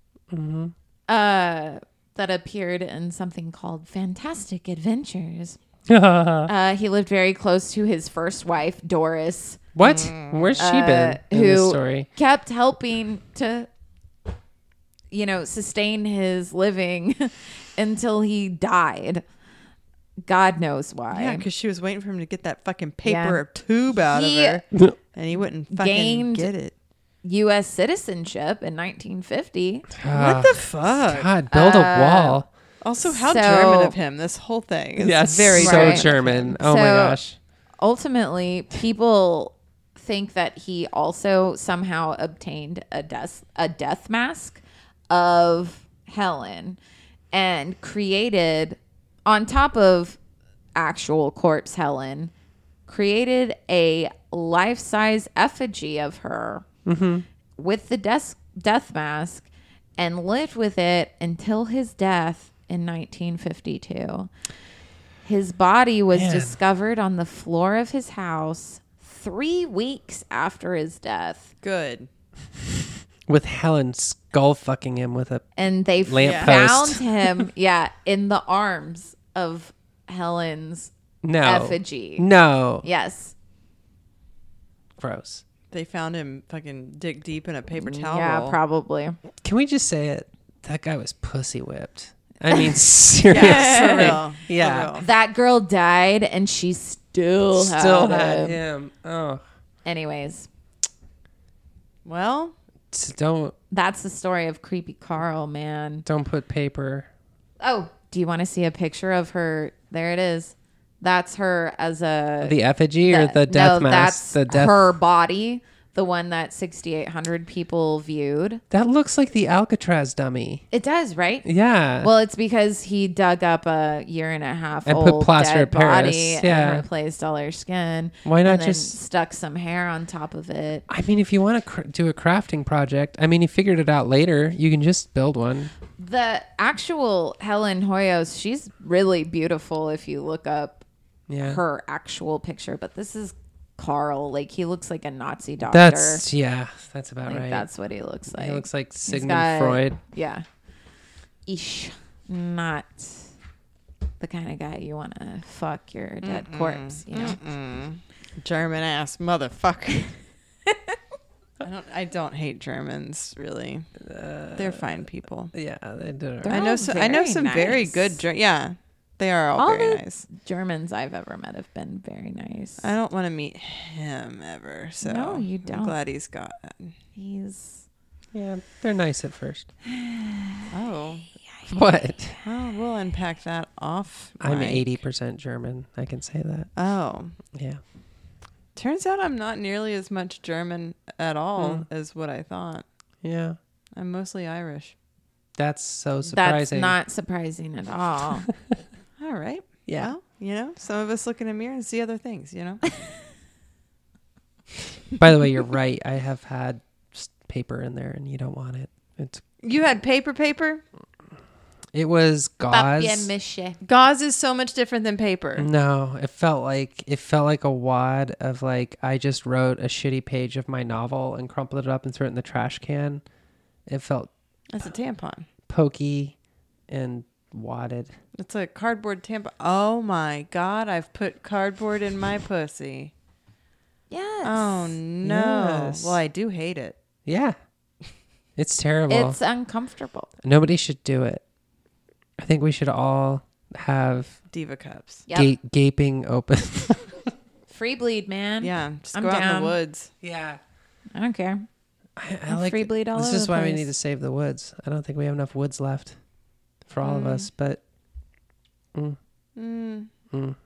Speaker 2: Uh, that appeared in something called Fantastic Adventures. Uh, he lived very close to his first wife, Doris,
Speaker 4: What? Where's she been in
Speaker 2: Mm. Uh, who
Speaker 4: this story?
Speaker 2: kept helping to, you know, sustain his living until he died. God knows why.
Speaker 3: yeah, because she was waiting for him to get that fucking
Speaker 2: Yeah.
Speaker 3: paper tube out
Speaker 2: He-
Speaker 3: of her, and he wouldn't fucking
Speaker 2: Gained-
Speaker 3: get it.
Speaker 2: U.S. citizenship in 1950.
Speaker 4: Ah,
Speaker 3: What the fuck?
Speaker 4: God, build a
Speaker 2: uh,
Speaker 4: wall.
Speaker 3: Also, how
Speaker 2: So-
Speaker 3: German of him. This whole thing. Is
Speaker 4: Yeah,
Speaker 3: very
Speaker 4: very so
Speaker 2: Right.
Speaker 4: German. Oh my
Speaker 2: So-
Speaker 4: gosh.
Speaker 2: ultimately people think that he also somehow obtained a death a death mask of Helen and created on top of actual corpse Helen created a life-size effigy of her with the death death mask and lived with it until his death in 1952. His body was
Speaker 4: Man.
Speaker 2: discovered on the floor of his house 3 weeks after his death
Speaker 3: good.
Speaker 4: With Helen skull fucking him with a
Speaker 2: and they found
Speaker 4: Lamppost.
Speaker 2: him yeah in the arms of Helen's
Speaker 4: no
Speaker 2: effigy.
Speaker 4: No,
Speaker 2: Yes.
Speaker 4: gross.
Speaker 3: They found him fucking dick deep in a paper towel.
Speaker 2: yeah,
Speaker 3: roll.
Speaker 2: probably.
Speaker 4: Can we just say it? That guy was pussy whipped. I mean, seriously. Yeah.
Speaker 3: For real. For
Speaker 4: Yeah.
Speaker 3: real.
Speaker 2: That girl died and she still
Speaker 4: Still
Speaker 2: had
Speaker 4: had
Speaker 2: him.
Speaker 4: him. Oh,
Speaker 2: Anyways,
Speaker 3: Well,
Speaker 4: So don't
Speaker 2: that's the story of creepy Carl, man.
Speaker 4: don't put paper.
Speaker 2: Oh, do you want to see a picture of her? There it is. That's her as a
Speaker 4: The effigy or the death mask.
Speaker 2: That's
Speaker 4: The death.
Speaker 2: her body, the one that 6,800 people viewed.
Speaker 4: That looks like the Alcatraz dummy.
Speaker 2: It does, right?
Speaker 4: Yeah.
Speaker 2: Well, it's because he dug up a year and a half
Speaker 4: And
Speaker 2: old
Speaker 4: put plaster
Speaker 2: dead
Speaker 4: of Paris,
Speaker 2: body
Speaker 4: yeah.
Speaker 2: and replaced all her skin.
Speaker 4: Why not
Speaker 2: and then
Speaker 4: just-
Speaker 2: stuck some hair on top of it?
Speaker 4: I mean, if you want to cr- do a crafting project, I mean, you figured it out later. You can just build one.
Speaker 2: The actual Helen Hoyos, she's really beautiful if you look up
Speaker 4: Yeah.
Speaker 2: her actual picture, but this is Carl. Like he looks like a Nazi doctor.
Speaker 4: that's yeah. That's about
Speaker 2: like,
Speaker 4: right.
Speaker 2: that's what he looks like.
Speaker 4: he looks like
Speaker 2: He's
Speaker 4: Sigmund
Speaker 2: got-
Speaker 4: Freud.
Speaker 2: Yeah. Ish. Not the kind of guy you want to fuck your dead corpse, you know?
Speaker 3: German ass motherfucker. I don't. I don't hate Germans really. They're fine people.
Speaker 4: Yeah, they did. All
Speaker 2: Uh, They're
Speaker 4: right.
Speaker 3: I
Speaker 2: all
Speaker 3: know. So, I know
Speaker 2: very
Speaker 3: some very
Speaker 2: nice.
Speaker 3: good. Ger- yeah, they are all,
Speaker 2: All
Speaker 3: very
Speaker 2: the-
Speaker 3: nice.
Speaker 2: Germans I've ever met have been very nice.
Speaker 3: I don't want to meet him ever. So
Speaker 2: No, you
Speaker 3: I'm
Speaker 2: don't.
Speaker 3: glad he's gone.
Speaker 2: He's
Speaker 4: Yeah, they're nice at first.
Speaker 3: Oh.
Speaker 4: What?
Speaker 3: Well, we'll unpack that off.
Speaker 4: I'm
Speaker 3: mic.
Speaker 4: eighty percent German. I can say that.
Speaker 3: Oh,
Speaker 4: Yeah.
Speaker 3: turns out I'm not nearly as much German at all
Speaker 2: Hmm.
Speaker 3: as what I thought.
Speaker 4: Yeah.
Speaker 3: I'm mostly Irish.
Speaker 4: That's so
Speaker 2: that's
Speaker 4: surprising.
Speaker 2: not surprising at all.
Speaker 3: All right.
Speaker 4: Yeah.
Speaker 3: Well, you know, some of us look in a mirror and see other things. You know.
Speaker 4: By the way, you're right. I have had s- paper in there, and you don't want it. It's
Speaker 3: You had paper papier?
Speaker 4: it was
Speaker 2: Papier
Speaker 4: gauze.
Speaker 2: mache.
Speaker 3: Gauze is so much different than paper.
Speaker 4: No, it felt like it felt like a wad of like I just wrote a shitty page of my novel and crumpled it up and threw it in the trash can. It felt
Speaker 3: That's a tampon.
Speaker 4: pokey and wadded.
Speaker 3: It's a cardboard tampon. Oh my god, I've put cardboard in my pussy.
Speaker 2: Yes.
Speaker 3: Oh no.
Speaker 4: Yes.
Speaker 3: Well, I do hate it.
Speaker 4: Yeah. It's terrible.
Speaker 2: It's uncomfortable.
Speaker 4: Nobody should do it. I think we should all have
Speaker 3: Diva cups.
Speaker 2: Yep.
Speaker 4: ga- gaping open.
Speaker 2: Free bleed, man.
Speaker 3: Yeah, just
Speaker 2: I'm
Speaker 3: go out in
Speaker 2: down.
Speaker 3: the woods.
Speaker 4: yeah.
Speaker 2: I don't care.
Speaker 4: I, I
Speaker 2: A
Speaker 4: like
Speaker 2: free bleed all
Speaker 4: This
Speaker 2: over
Speaker 4: is
Speaker 2: the
Speaker 4: why we
Speaker 2: place.
Speaker 4: need to save the woods. I don't think we have enough woods left for all of us, but
Speaker 3: Mm.
Speaker 4: Mm.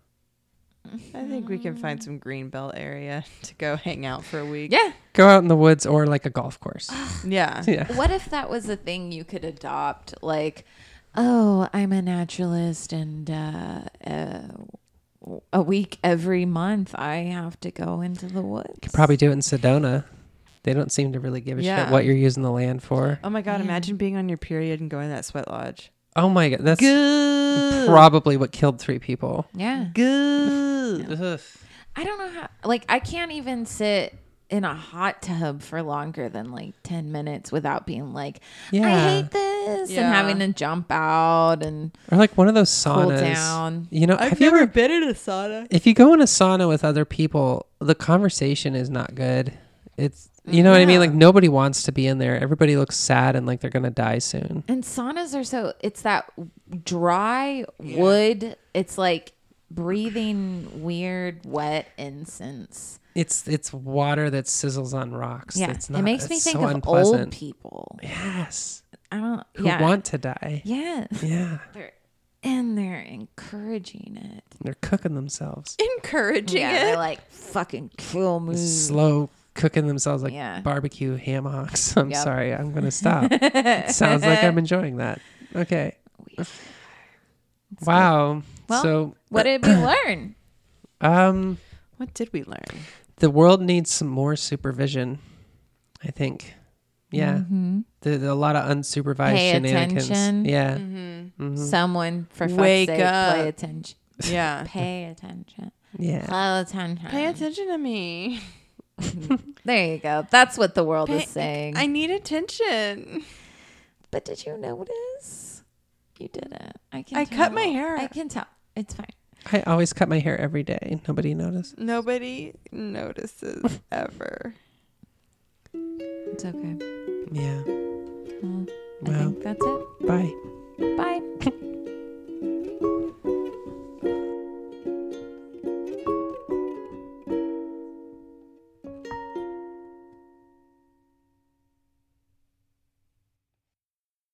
Speaker 3: I think we can find some Greenbelt area to go hang out for a week.
Speaker 2: Mm. Yeah.
Speaker 4: go out in the woods or like a golf course.
Speaker 3: Yeah.
Speaker 4: yeah.
Speaker 2: What if that was a thing you could adopt? Like, oh, I'm a naturalist, and uh, uh, a week every month I have to go into the woods.
Speaker 4: Probably do it in Sedona. They don't seem to really give a
Speaker 3: Yeah.
Speaker 4: shit what you're using the land for.
Speaker 3: Oh my god,
Speaker 2: Yeah.
Speaker 3: imagine being on your period and going to that sweat lodge.
Speaker 4: Oh my god, that's
Speaker 3: Good.
Speaker 4: probably what killed three people.
Speaker 2: Yeah.
Speaker 3: Good.
Speaker 2: I don't know how. Like, I can't even sit in a hot tub for longer than like ten minutes without being like, I
Speaker 4: Yeah.
Speaker 2: hate this,
Speaker 3: Yeah.
Speaker 2: and having to jump out and
Speaker 4: Or like one of those
Speaker 2: cool
Speaker 4: saunas.
Speaker 2: down.
Speaker 4: You know, have you ever
Speaker 3: been in a sauna.
Speaker 4: if you go in a sauna with other people, the conversation is not good. It's you know what I mean? Like nobody wants to be in there. Everybody looks sad and like they're gonna die soon.
Speaker 2: And saunas are so it's that dry wood. It's like breathing weird wet incense.
Speaker 4: It's it's water that sizzles on rocks.
Speaker 2: Yeah,
Speaker 4: It's not,
Speaker 2: it makes me
Speaker 4: it's
Speaker 2: think
Speaker 4: so
Speaker 2: of old
Speaker 4: unpleasant.
Speaker 2: people.
Speaker 4: Yes,
Speaker 2: I don't.
Speaker 4: who
Speaker 2: yeah.
Speaker 4: want to die.
Speaker 2: yes.
Speaker 4: Yeah,
Speaker 2: They're and they're encouraging it.
Speaker 4: they're cooking themselves.
Speaker 3: Encouraging
Speaker 2: yeah,
Speaker 3: it.
Speaker 2: they're like fucking kill me.
Speaker 4: Slow cooking themselves like
Speaker 2: Yeah.
Speaker 4: barbecue hammocks. I'm
Speaker 2: Yep.
Speaker 4: sorry, I'm gonna stop. It sounds like I'm enjoying that. Okay. Wow.
Speaker 2: Well,
Speaker 4: so
Speaker 2: What did we learn?
Speaker 4: um
Speaker 3: What did we learn?
Speaker 4: the world needs some more supervision i think yeah There- there are a lot of unsupervised
Speaker 2: Mm-hmm. Pay
Speaker 4: shenanigans
Speaker 2: attention. Mm-hmm.
Speaker 4: yeah
Speaker 2: Someone for fuck's
Speaker 3: Wake
Speaker 2: sake,
Speaker 3: up.
Speaker 2: pay attention.
Speaker 3: Yeah.
Speaker 2: Pay attention.
Speaker 4: yeah
Speaker 2: Pay attention.
Speaker 3: Pay attention to me.
Speaker 2: There you go. That's what the world
Speaker 3: Pay-
Speaker 2: is saying.
Speaker 3: I need attention.
Speaker 2: But did you notice? You didn't. I can.
Speaker 3: I cut my
Speaker 2: tell.
Speaker 3: hair.
Speaker 2: I can tell. It's fine.
Speaker 4: i always cut my hair every day nobody noticed
Speaker 3: Nobody notices ever.
Speaker 2: It's okay.
Speaker 4: yeah
Speaker 2: Well, I
Speaker 3: Mm.
Speaker 4: Well.
Speaker 2: think that's it.
Speaker 4: bye
Speaker 2: Bye.